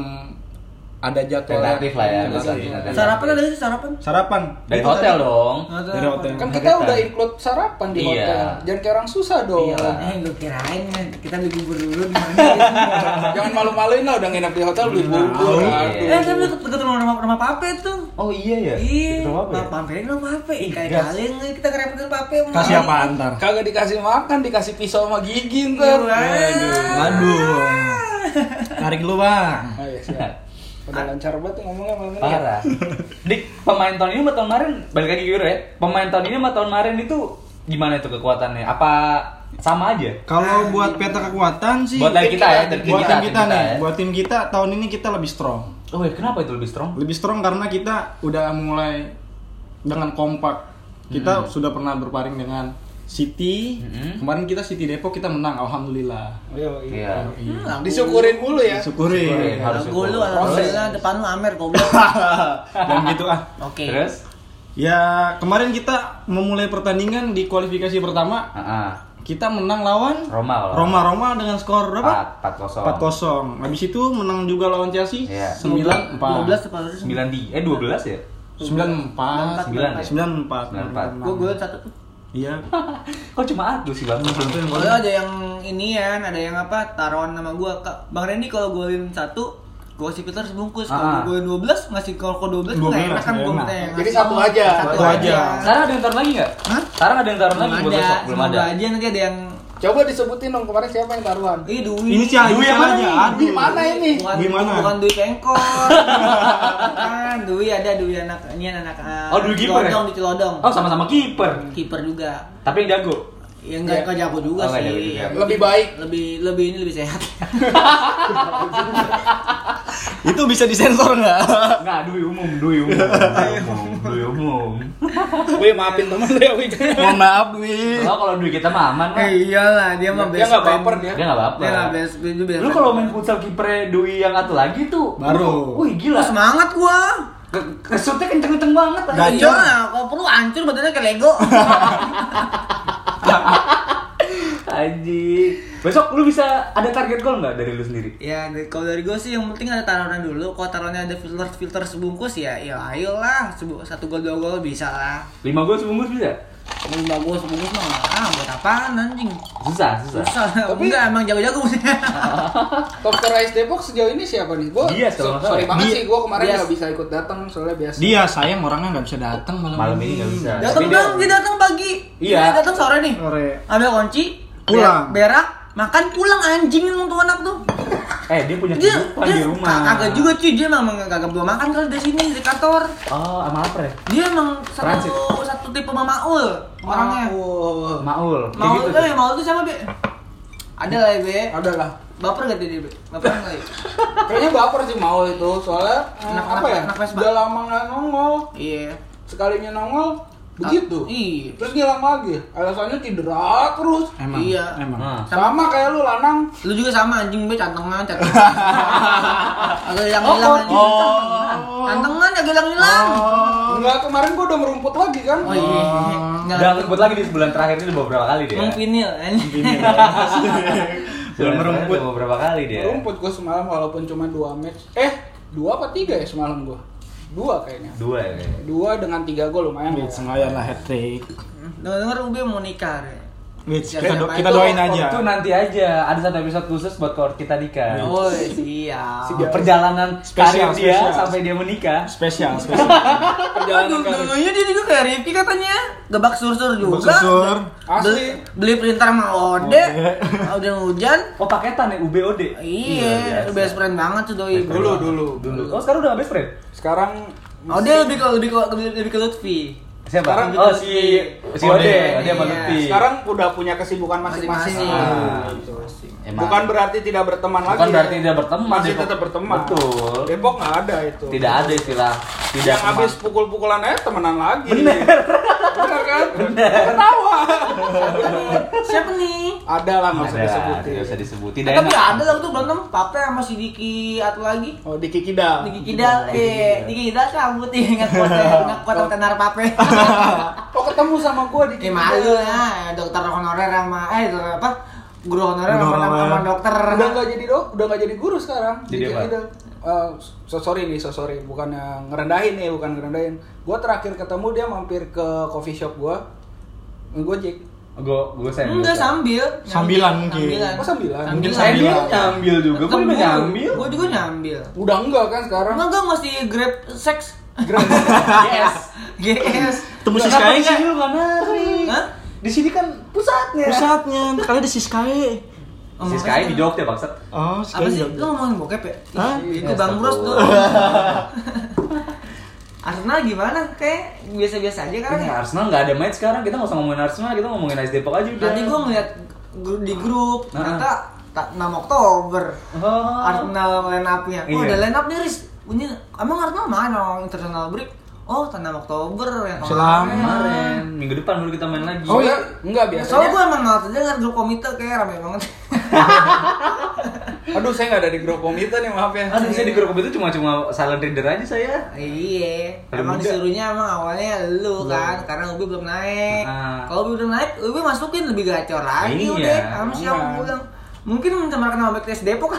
Speaker 5: ada jadwal.
Speaker 2: Tentatif lah ya.
Speaker 5: Tentatif.
Speaker 2: tentatif, tentatif.
Speaker 4: Sarapan ada sih sarapan?
Speaker 5: Sarapan.
Speaker 2: Dari
Speaker 5: Itu
Speaker 2: hotel
Speaker 5: tadi.
Speaker 2: dong.
Speaker 4: Ada Iya.
Speaker 5: Dari
Speaker 4: apa?
Speaker 5: hotel.
Speaker 3: Kan kita
Speaker 2: Kegiatan.
Speaker 3: udah include sarapan di
Speaker 2: Iya.
Speaker 3: hotel. Jangan kayak orang susah dong.
Speaker 2: Iyalah.
Speaker 4: Eh, gue kirain kan kita beli bubur dulu di mana.
Speaker 3: Jangan malu-maluin lah udah nginep di hotel beli bubur.
Speaker 5: Iya.
Speaker 3: Aduh.
Speaker 4: Eh, tapi deket deket rumah rumah, rumah Pape tuh.
Speaker 2: Oh iya ya.
Speaker 4: Iya,
Speaker 2: Itu apa ya?
Speaker 4: pamperin rumah Pape. Ih, Kayak
Speaker 2: gas.
Speaker 4: kali nge- kita kerepotin Pape. Mak.
Speaker 5: Kasih apaan ntar?
Speaker 3: Kagak dikasih makan, dikasih pisau sama gigi
Speaker 4: Iya,
Speaker 3: ntar.
Speaker 4: Bang.
Speaker 5: Waduh. Tarik lu, Bang.
Speaker 3: Oh iya, siap. Udah lancar banget tuh ngomongnya malam ini.
Speaker 2: Ya. Parah. Dik, pemain tahun ini sama tahun kemarin balik lagi ke Euro ya. Pemain tahun ini sama tahun kemarin itu gimana itu kekuatannya? Apa sama aja?
Speaker 5: Kalau buat peta kekuatan sih
Speaker 2: Buat dari kita ya, dari tim
Speaker 5: buat
Speaker 2: kita.
Speaker 5: tim kita
Speaker 2: tim
Speaker 5: nih,
Speaker 2: ya.
Speaker 5: buat tim kita tahun ini kita lebih strong.
Speaker 2: Oh, ya, kenapa itu lebih strong?
Speaker 5: Lebih strong karena kita udah mulai dengan kompak. Kita
Speaker 2: Hmm.
Speaker 5: sudah pernah berparing dengan City.
Speaker 2: Mm-mm.
Speaker 5: Kemarin kita City Depok kita menang alhamdulillah.
Speaker 3: Ayo, iya.
Speaker 2: Iya.
Speaker 4: Hmm, lagu.
Speaker 3: Disyukurin mulu ya.
Speaker 2: Syukurin,
Speaker 5: Syukurin.
Speaker 2: harus
Speaker 4: Lagu lu
Speaker 2: syukur.
Speaker 4: alhamdulillah depan lu Amer goblok.
Speaker 5: Dan gitu ah.
Speaker 4: Oke.
Speaker 2: Terus?
Speaker 5: Ya, kemarin kita memulai pertandingan di kualifikasi pertama,
Speaker 2: Heeh.
Speaker 5: kita menang lawan
Speaker 2: Roma kalau.
Speaker 5: Roma Roma dengan skor berapa?
Speaker 2: 4
Speaker 5: 4-0. Habis itu menang juga lawan Chelsea
Speaker 2: Iya.
Speaker 5: 9-4.
Speaker 4: 12 apa?
Speaker 2: 0 9 di eh 12 ya?
Speaker 5: 94
Speaker 2: Sembilan ya?
Speaker 5: 94
Speaker 2: 94.
Speaker 4: Gue gue satu.
Speaker 5: Iya.
Speaker 2: Kok cuma aku sih Bang?
Speaker 4: Gue ada yang inian, ada yang apa taruhan nama gue. Kak, Bang Randy kalau golin satu, gue kasih Peter sebungkus.
Speaker 2: Ah.
Speaker 4: Kalau gue golin 12, ngasih kalau kalau 12 tuh
Speaker 5: 12,
Speaker 4: nggak enak kan
Speaker 5: nggak
Speaker 4: gue
Speaker 5: enak.
Speaker 4: minta yang
Speaker 3: Jadi
Speaker 4: ngasih.
Speaker 3: satu aja.
Speaker 4: Satu
Speaker 5: Satu aja.
Speaker 4: aja.
Speaker 2: Sekarang ada yang taruh lagi nggak?
Speaker 4: Hah?
Speaker 2: Sekarang ada yang taruh lagi
Speaker 4: Belum
Speaker 2: buat
Speaker 4: ada.
Speaker 2: besok? Belum ada.
Speaker 4: Semoga aja nanti ada yang
Speaker 3: Coba disebutin dong kemarin siapa yang taruhan.
Speaker 4: Ih, duit.
Speaker 5: Ini si Ayu
Speaker 4: Duit
Speaker 5: yang
Speaker 4: mana
Speaker 5: nanya,
Speaker 4: nih?
Speaker 5: aduh.
Speaker 4: Duit
Speaker 3: Mana ini?
Speaker 4: Bukan,
Speaker 5: Gimana?
Speaker 4: bukan duit engkor. Bukan, Dwi ada Dwi anak ini anak anak.
Speaker 2: Oh, Dwi kiper ya?
Speaker 4: Cilodong di Cilodong.
Speaker 2: Oh sama-sama kiper.
Speaker 4: Kiper juga.
Speaker 2: Tapi yang jago.
Speaker 4: Ya enggak enggak jago
Speaker 2: Oh,
Speaker 4: juga
Speaker 2: nggak jago
Speaker 4: sih.
Speaker 2: juga.
Speaker 3: Lebih baik.
Speaker 4: Lebih lebih ini lebih sehat.
Speaker 5: Itu bisa disensor nggak?
Speaker 2: Enggak, Dwi umum, Dwi umum. Dwi umum, Dwi umum.
Speaker 3: Wih maafin temen lu ya Wih.
Speaker 5: Mohon maaf Dwi.
Speaker 2: Kalau kalau Dwi kita mah aman
Speaker 4: Iya.
Speaker 2: lah.
Speaker 4: Eh, iyalah, dia mah
Speaker 3: Dia nggak baper dia.
Speaker 2: Dia enggak
Speaker 4: Dia nggak
Speaker 2: apa-apa.
Speaker 4: best friend, dia best
Speaker 2: Lu
Speaker 4: friend.
Speaker 2: kalau main futsal kipernya Dwi yang satu lagi tuh
Speaker 5: Baru.
Speaker 2: Wih gila.
Speaker 4: Oh, semangat gua.
Speaker 2: Ke- Kesutnya kenceng-kenceng banget
Speaker 5: Gacor.
Speaker 4: Iya, kalau perlu hancur badannya kayak Lego.
Speaker 2: Anjing. Besok lu bisa ada target goal nggak dari lu sendiri?
Speaker 4: Ya, dari- kalau dari gue sih yang penting ada taruhan dulu. Kalau taruhannya ada filter-filter sebungkus ya, ya ayolah. Sebu- Satu gol dua gol bisa lah.
Speaker 2: 5 gol sebungkus bisa?
Speaker 4: Lima gol sebungkus mah nggak. ah buat apaan anjing?
Speaker 2: Susah, susah.
Speaker 4: Susah. Enggak emang jago-jago maksudnya.
Speaker 3: Top scorer AS Depok sejauh ini siapa nih? Gua
Speaker 2: Dias,
Speaker 3: so-
Speaker 2: kalau nggak salah.
Speaker 3: sorry banget
Speaker 5: Dias.
Speaker 3: sih gua kemarin
Speaker 4: Dias.
Speaker 3: nggak bisa ikut datang soalnya biasa.
Speaker 5: Dia sayang orangnya nggak bisa datang malam,
Speaker 2: Malam ini nggak bisa.
Speaker 4: Datang
Speaker 2: Ah, Tapi dia-
Speaker 4: dong, dia datang pagi.
Speaker 2: Iya.
Speaker 4: Dia datang sore nih.
Speaker 5: Sore.
Speaker 4: Ambil kunci,
Speaker 5: Pulang.
Speaker 4: ber- berak, makan pulang anjing emang tuh anak tuh.
Speaker 2: Eh dia punya
Speaker 4: Dia,
Speaker 2: kehidupan
Speaker 4: dia
Speaker 2: di rumah.
Speaker 4: kagak juga cuy, dia emang kagak bawa makan kalau dari sini dari kantor.
Speaker 2: Oh, sama apa ya?
Speaker 4: Dia emang satu
Speaker 2: Transit.
Speaker 4: satu tipe mamaul orangnya.
Speaker 3: Wow.
Speaker 2: Maul. Kayak
Speaker 4: Mau
Speaker 2: gitu
Speaker 4: tuh,
Speaker 2: tuh.
Speaker 4: ya, mau tuh siapa be? Ada lah ya, be.
Speaker 3: Ada lah.
Speaker 4: Baper gak dia be? Baper nggak ya?
Speaker 3: Kayaknya baper sih mau itu soalnya eh,
Speaker 4: Anak-
Speaker 3: apa
Speaker 4: anak-
Speaker 3: ya?
Speaker 4: anak Vespa.
Speaker 3: Udah lama nggak nongol.
Speaker 4: Iya.
Speaker 3: Sekalinya nongol begitu.
Speaker 4: Iya.
Speaker 3: Terus ngilang lagi. Alasannya cedera terus.
Speaker 5: Emang.
Speaker 4: Iya.
Speaker 5: Emang.
Speaker 2: Nah.
Speaker 3: Sama kayak lu lanang.
Speaker 4: Lu juga sama anjing be cantengan, cantengan. Agak hilang
Speaker 2: Oh,
Speaker 4: hilang
Speaker 2: oh,
Speaker 4: anjing. Cantengan. Cantengan agak hilang hilang.
Speaker 3: Enggak kemarin gua udah merumput lagi kan.
Speaker 4: Oh iya.
Speaker 2: Udah ngebut lagi di sebulan terakhir ini udah beberapa kali dia.
Speaker 4: Emang vinil anjing.
Speaker 2: Sebulan
Speaker 5: Belum
Speaker 2: terakhir
Speaker 5: merumput.
Speaker 2: udah beberapa kali
Speaker 4: iya.
Speaker 2: dia.
Speaker 3: Merumput gua semalam walaupun cuma dua match. Eh, dua apa tiga ya semalam gua? Dua kayaknya.
Speaker 2: Dua ya. kayaknya.
Speaker 3: Dua dengan tiga gol lumayan. ya. lah.
Speaker 4: Iya.
Speaker 5: Sengaja lah hat trick.
Speaker 4: Dengar-dengar Ube mau nikah. Re.
Speaker 5: Kita,
Speaker 4: Siapa
Speaker 5: do-
Speaker 4: itu?
Speaker 5: kita doain
Speaker 2: Itu
Speaker 5: aja.
Speaker 2: nanti aja ada satu episode khusus buat kawan kita nikah.
Speaker 4: Oh iya.
Speaker 2: Si- Perjalanan karir
Speaker 5: Spesial,
Speaker 2: dia
Speaker 5: spesial.
Speaker 2: sampai dia menikah.
Speaker 5: Spesial, spesial.
Speaker 3: Perjalanan karir.
Speaker 4: Dulunya dia juga kayak Rifki katanya Gebak sur-sur juga
Speaker 5: Sur-sur.
Speaker 4: Beli,
Speaker 3: Asli.
Speaker 4: beli printer sama Ode Udah hujan
Speaker 2: Oh paketan ya UBOD.
Speaker 4: Iya,
Speaker 2: biasa.
Speaker 4: best friend banget tuh doi
Speaker 3: Dulu, dulu,
Speaker 2: dulu. Oh sekarang udah nggak best friend.
Speaker 3: Sekarang
Speaker 4: Ode lebih ke lebih ke lebih ke Lutfi
Speaker 2: Siapa?
Speaker 3: Sekarang
Speaker 2: oh si si Ode, Oh, Ode,
Speaker 4: Ode
Speaker 2: sama
Speaker 4: iya.
Speaker 2: Lutfi.
Speaker 3: sekarang udah punya kesibukan masing-masing.
Speaker 4: Masing-masing.
Speaker 3: Ah, gitu. Bukan berarti tidak berteman
Speaker 2: Bukan
Speaker 3: lagi. ya.
Speaker 2: berarti tidak berteman,
Speaker 3: Masih
Speaker 2: Depok.
Speaker 3: tetap berteman.
Speaker 2: Betul.
Speaker 3: Depok nggak ada itu.
Speaker 2: tidak ada istilah tidak
Speaker 3: Yang habis pukul-pukulan aja temenan lagi.
Speaker 2: Bener.
Speaker 3: Bener kan? Ketawa.
Speaker 4: Siapa nih? Eh,
Speaker 3: ada lah nggak usah
Speaker 2: Ada,
Speaker 3: disebutin.
Speaker 2: tidak usah disebut. Tidak
Speaker 4: Tapi
Speaker 2: enak.
Speaker 4: ada lah tuh berantem Pape sama si Diki atau lagi
Speaker 3: Oh di Kikida.
Speaker 4: Diki Kidal, eh Diki Kidal cabut ya ingat kuat ingat kuat sama tenar Pape
Speaker 3: Oh ketemu sama gua di
Speaker 4: Ya
Speaker 3: Kikida.
Speaker 4: malu lah, dokter honorer sama eh dokter apa? Guru honorer
Speaker 5: Guru
Speaker 4: sama,
Speaker 5: honorer.
Speaker 4: sama dokter.
Speaker 3: Udah nggak jadi dok, udah nggak jadi guru sekarang.
Speaker 2: Jadi
Speaker 3: Di
Speaker 2: apa?
Speaker 3: Kikida. Eh, so sorry nih, so sorry. Bukan yang ngerendahin nih, bukan ngerendahin. Gua terakhir ketemu dia mampir ke coffee shop gua. Ngegojek.
Speaker 2: Gue gue saya.
Speaker 4: Enggak sambil.
Speaker 5: Sambilan mungkin.
Speaker 3: Oh, sambilan.
Speaker 4: Mungkin
Speaker 5: Mungkin
Speaker 2: Saya
Speaker 4: sambil.
Speaker 5: sambil.
Speaker 2: dia nyambil juga. Gue juga nyambil.
Speaker 4: Gue juga nyambil.
Speaker 3: Udah enggak kan sekarang?
Speaker 4: Enggak enggak masih grab seks.
Speaker 2: Yes.
Speaker 4: GS.
Speaker 5: Tembus
Speaker 2: Kenapa
Speaker 5: Siskae
Speaker 2: di
Speaker 5: nggak?
Speaker 2: sini lu nggak nari?
Speaker 4: Hah?
Speaker 2: Di sini kan pusatnya.
Speaker 5: Pusatnya, kalian di Siskae.
Speaker 2: Si Sky di jok ya bangsat.
Speaker 5: Oh,
Speaker 4: Apa
Speaker 5: Siskae
Speaker 4: sih?
Speaker 5: juga.
Speaker 4: Lu ngomongin bokep ya?
Speaker 5: Hah?
Speaker 4: Ih, Itu
Speaker 2: Ya,
Speaker 4: Bang Bros tuh.
Speaker 2: astagfirullah.
Speaker 4: Arsenal gimana? Kayak biasa-biasa aja kan
Speaker 2: Ini
Speaker 4: ya.
Speaker 2: Arsenal nggak ada match sekarang. Kita nggak usah ngomongin Arsenal. Kita ngomongin AS Depok aja udah.
Speaker 4: Nanti gue ngeliat gru- di grup,
Speaker 2: Nah.
Speaker 4: ternyata ta- 6 Oktober.
Speaker 2: Oh.
Speaker 4: Arsenal line up-nya. Oh,
Speaker 2: Iya.
Speaker 4: ada line up nih, Riz. Bunyi, emang Arsenal main orang international break? Oh, tanda Oktober yang
Speaker 5: Selama.
Speaker 2: Kemarin minggu depan baru kita main lagi.
Speaker 3: Oh ya? Enggak
Speaker 4: Soalnya
Speaker 3: biasanya.
Speaker 4: gue emang malas aja kan grup komite kayak rame banget.
Speaker 3: Aduh, saya nggak ada di grup komite nih, maaf ya.
Speaker 2: Aduh, saya di grup itu cuma-cuma silent reader aja saya.
Speaker 4: iya,
Speaker 2: Ada
Speaker 4: emang
Speaker 2: muda.
Speaker 4: disuruhnya emang awalnya lu kan, karena Ubi belum naik.
Speaker 2: Ah.
Speaker 4: Kalau Ubi belum naik, Ubi masukin lebih gacor lagi
Speaker 2: Iya,
Speaker 4: udah. Kamu siapa
Speaker 3: iya.
Speaker 4: pulang? ya. Mungkin mencemarkan nama BTS Depok.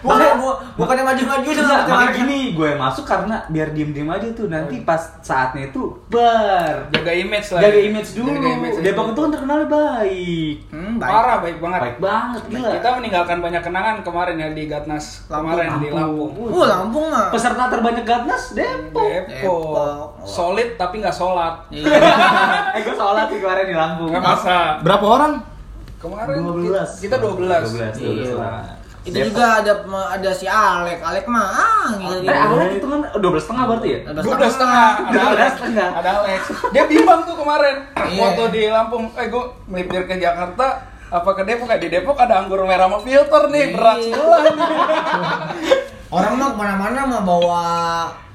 Speaker 4: Boleh, bo- Bukannya maju-maju
Speaker 2: Iya,
Speaker 4: sama
Speaker 2: makanya
Speaker 4: maju-maju.
Speaker 2: gini gue masuk karena biar diem-diem aja tuh
Speaker 3: Oh.
Speaker 2: nanti pas saatnya itu bar
Speaker 3: Jaga image lah. ya.
Speaker 2: jaga image dulu.
Speaker 3: Jaga image aja.
Speaker 2: Depok itu kan terkenal baik.
Speaker 3: Hmm, baik. Parah baik banget.
Speaker 2: Baik banget gila.
Speaker 3: Nah, Kita meninggalkan banyak kenangan kemarin ya di Gatnas kemarin di Lampung.
Speaker 4: Uh, Lampung mah.
Speaker 2: Peserta terbanyak Gatnas Depok.
Speaker 3: Depok. Solid tapi nggak sholat.
Speaker 4: Iya.
Speaker 2: eh gue sholat sih kemarin di Lampung.
Speaker 3: Nggak masa.
Speaker 5: Berapa orang?
Speaker 3: Kemarin kita-
Speaker 2: 12.
Speaker 3: kita Iya.
Speaker 2: 12. 12.
Speaker 3: 12.
Speaker 2: lah.
Speaker 4: Itu
Speaker 2: Depok.
Speaker 4: juga ada ada si Alek. Alek mah ah gitu.
Speaker 2: Eh,
Speaker 3: Iya.
Speaker 2: awalnya itu kan 12 setengah berarti ya?
Speaker 3: 12 setengah ada Alex
Speaker 2: 12,5.
Speaker 3: ada Alex dia bimbang tuh kemarin
Speaker 4: Iya.
Speaker 3: waktu di Lampung eh gue melipir ke Jakarta apa ke Depok Kayak di Depok ada anggur merah sama filter nih berat
Speaker 4: Iya.
Speaker 3: sebelah nih
Speaker 4: Orang mah kemana-mana mah bawa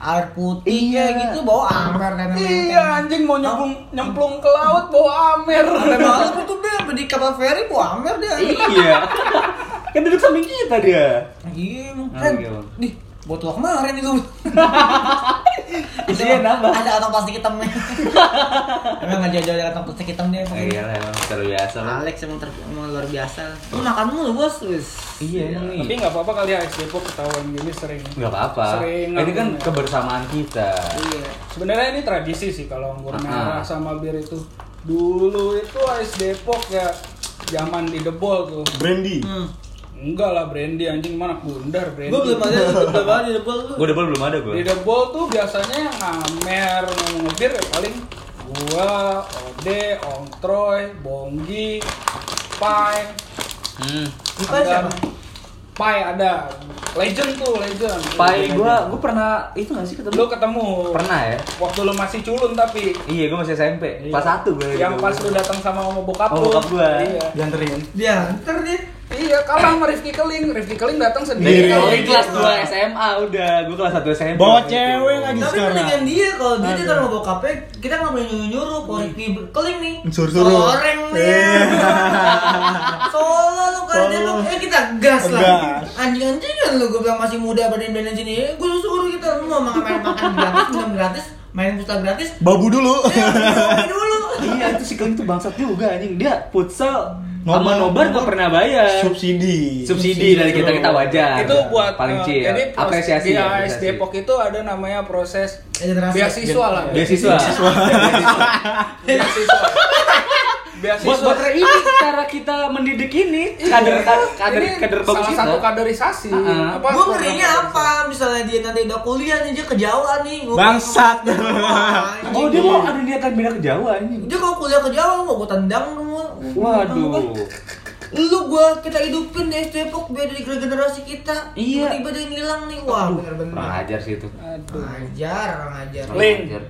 Speaker 4: air putih
Speaker 2: Iya.
Speaker 4: ya gitu, bawa angker dan
Speaker 3: iya anjing mau
Speaker 4: Oh.
Speaker 3: nyemplung nyemplung ke laut bawa amer
Speaker 4: Sampai malam itu dia di kapal feri bawa amer dia.
Speaker 2: iya. kan duduk samping kita dia.
Speaker 4: Iya,
Speaker 2: Oh,
Speaker 4: kan.
Speaker 2: iya, Bang.
Speaker 4: Di botol kemarin itu.
Speaker 2: Isinya nambah.
Speaker 4: Ada kantong plastik hitamnya. Emang enggak jauh-jauh dari kantong plastik hitam dia. emang.
Speaker 2: Iya lah, emang seru biasa lah.
Speaker 3: Iya,
Speaker 4: Alex emang, ter- emang luar biasa. Lu makan mulu, Bos. Wis.
Speaker 2: Iya emang
Speaker 3: tapi
Speaker 2: nih.
Speaker 3: nggak apa-apa kali ya Alex Depok ketahuan gini sering
Speaker 2: Enggak apa-apa.
Speaker 3: Sering
Speaker 2: Ini kan
Speaker 3: ngelakuin.
Speaker 2: kebersamaan kita.
Speaker 4: Iya.
Speaker 3: sebenarnya ini tradisi sih kalau anggur
Speaker 2: Ah,
Speaker 3: merah
Speaker 2: ah.
Speaker 3: sama bir itu dulu itu Ais Depok ya zaman di Debol tuh
Speaker 5: Brandy.
Speaker 4: Hmm.
Speaker 3: enggak lah brandy anjing mana bundar brandy
Speaker 4: Gua belum ada belum ada di debel
Speaker 3: Iya.
Speaker 4: lu.
Speaker 2: Gue double belum ada
Speaker 3: Di
Speaker 2: gue.
Speaker 3: The Ball tuh biasanya yang ngamer, yang ngebir ya paling gua, Ode, Om Troy, Bonggi, Pai,
Speaker 2: Hmm.
Speaker 4: Lupa siapa?
Speaker 3: Pai ada, legend tuh legend.
Speaker 2: Pai gue, gue pernah itu nggak sih
Speaker 3: Iya,
Speaker 2: ketemu?
Speaker 3: Lu ketemu
Speaker 2: Pernah ya?
Speaker 3: waktu lu masih culun tapi
Speaker 2: Iya, gue masih SMP. Pas satu gue.
Speaker 3: yang pas lu datang sama sama bokap
Speaker 2: Oh,
Speaker 3: lu.
Speaker 2: bokap gua.
Speaker 3: Iya.
Speaker 5: Dianterin.
Speaker 4: Dia antar dia.
Speaker 3: Iya, kalah sama Rifki Keling. Rifki Keling datang sendiri.
Speaker 2: Oh,
Speaker 3: Iya.
Speaker 5: Sendiri.
Speaker 3: Kalau
Speaker 2: ini kelas 2 SMA udah, gue kelas 1 SMP.
Speaker 5: Bawa
Speaker 2: waktu itu.
Speaker 5: cewek lagi
Speaker 4: Tapi
Speaker 2: Nah.
Speaker 5: sekarang.
Speaker 4: mendingan dia kalau dia dia kalau bokapnya kita nggak boleh nyuruh nyuruh
Speaker 2: Iya.
Speaker 4: kalau di keling nih.
Speaker 5: Suruh-suruh.
Speaker 4: Goreng nih. Solo lu kalau dia lu eh kita gas lah.
Speaker 5: Gas.
Speaker 4: Anjing anjingan lu gue bilang masih muda badan badan sini. Gue suruh kita lu mau makan makan gratis minum gratis main futsal gratis.
Speaker 5: Babu dulu.
Speaker 4: Ya, minum dulu. Eh,
Speaker 2: Iya, itu si Keling tuh bangsat juga anjing. Dia futsal sama nobar
Speaker 5: Nobar.
Speaker 2: gak pernah bayar.
Speaker 5: Subsidi.
Speaker 2: Subsidi dari kita kita wajar.
Speaker 3: itu
Speaker 2: Nah,
Speaker 3: buat
Speaker 2: paling
Speaker 3: eh,
Speaker 2: chill.
Speaker 3: Jadi proses-
Speaker 2: apresiasi. ya,
Speaker 3: di AS
Speaker 2: apresiasi.
Speaker 3: Depok itu ada namanya proses
Speaker 4: Generasi.
Speaker 3: beasiswa lah.
Speaker 2: Beasiswa.
Speaker 3: beasiswa beasiswa
Speaker 2: Buat buat ini cara kita mendidik ini kader kader kader,
Speaker 3: Iya. Ini
Speaker 2: kader
Speaker 3: salah
Speaker 2: bagus kita.
Speaker 3: satu kaderisasi
Speaker 2: Ah, ah.
Speaker 4: Gue ngerinya apa? Misalnya dia nanti udah kuliah nih dia kejauhan nih. Gua-
Speaker 5: Bangsat.
Speaker 4: Wah, anjing.
Speaker 2: Oh dia mau ada niatan beda ke Jawa ini.
Speaker 4: Dia kalau kuliah ke Jawa mau gue tendang semua.
Speaker 3: Iya,
Speaker 2: Waduh.
Speaker 4: Lu gua kita hidupin di Depok biar dari generasi kita.
Speaker 2: Iya.
Speaker 4: Tiba-tiba dia ngilang nih. Wah, bener-bener.
Speaker 2: Kurang ajar sih itu.
Speaker 3: Aduh.
Speaker 4: Ajar, orang ajar.
Speaker 2: Kurang
Speaker 3: Link.
Speaker 2: ajar.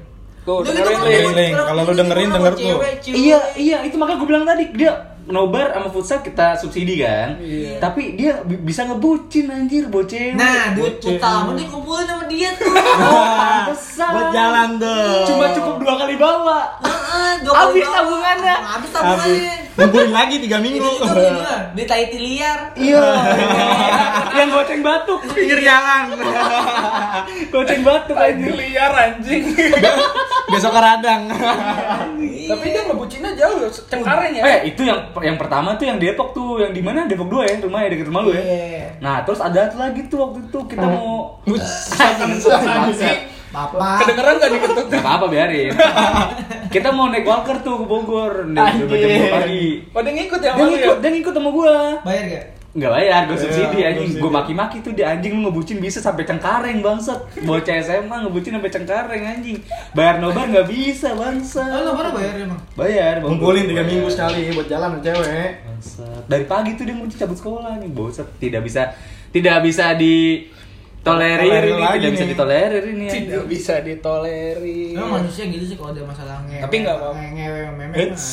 Speaker 3: Tuh,
Speaker 4: Udah
Speaker 3: dengerin Lin.
Speaker 4: kalau
Speaker 5: Link, Link.
Speaker 4: orang
Speaker 5: Kalau lu
Speaker 4: ini
Speaker 5: dengerin,
Speaker 4: gimana
Speaker 5: denger
Speaker 4: mau
Speaker 5: tuh.
Speaker 4: cewek, cuy?
Speaker 2: Iya iya itu makanya gue bilang tadi dia nobar sama futsal kita subsidi kan.
Speaker 3: Iya.
Speaker 2: Tapi dia bi- bisa ngebucin anjir bocil.
Speaker 4: Nah, duit utang mending kumpulin sama dia tuh.
Speaker 2: pantesan.
Speaker 5: Buat jalan tuh.
Speaker 2: Cuma cukup dua kali bawa.
Speaker 4: Heeh, dua kali
Speaker 2: Habis
Speaker 4: bawa.
Speaker 2: tabungannya.
Speaker 4: Habis
Speaker 5: Habis. Iya.
Speaker 4: tabungannya.
Speaker 5: Nungguin lagi 3 minggu.
Speaker 4: Itu itu gimana? Dia tai ti liar.
Speaker 2: Iya. Yang goceng batuk.
Speaker 5: Pinggir jalan.
Speaker 2: Goceng batuk anjir.
Speaker 3: Anjing liar anjing.
Speaker 5: Besok ke Radang.
Speaker 3: Tapi dia ngebucinnya jauh ya, cengkareng ya.
Speaker 2: Eh, itu yang yang pertama tuh yang Depok tuh, yang di mana? Depok 2 ya, rumah ya deket rumah lu ya. Nah, terus ada satu lagi tuh waktu itu kita mau
Speaker 3: Anjing.
Speaker 4: Bapak.
Speaker 3: Eh, Kedengeran gak diketuk?
Speaker 2: Gak apa-apa biarin. kita mau naik walker tuh ke Bogor, naik jam
Speaker 5: Anjing.
Speaker 2: 2 pagi.
Speaker 3: Pada ngikut ya
Speaker 2: Dia
Speaker 3: malu ya.
Speaker 2: ngikut, dia ngikut sama gua.
Speaker 4: Bayar gak?
Speaker 2: Enggak bayar, gua subsidi
Speaker 5: Iya,
Speaker 2: anjing.
Speaker 5: subsidi.
Speaker 2: Gua maki-maki tuh dia anjing lu ngebucin bisa sampai cengkareng bangsat. Bocah SMA ngebucin sampai cengkareng anjing. Bayar nobar nggak bisa bangsat.
Speaker 4: Oh, lu baru bayar emang.
Speaker 2: Bayar, Bang.
Speaker 5: Ngumpulin 3
Speaker 2: Bayar.
Speaker 5: minggu sekali buat jalan sama cewek.
Speaker 2: Bangsat. Dari pagi tuh dia mau cabut sekolah nih, boset. Tidak bisa tidak bisa di
Speaker 5: Tolerir
Speaker 2: tolerir ini,
Speaker 5: lagi
Speaker 2: tidak bisa
Speaker 5: nih.
Speaker 2: ditolerir ini.
Speaker 3: Tidak
Speaker 2: anjing.
Speaker 3: bisa ditolerir.
Speaker 4: Emang manusia gitu sih kalau ada masalah ngewe.
Speaker 3: Tapi nggak apa-apa.
Speaker 4: Ngewe meme.
Speaker 5: Eits.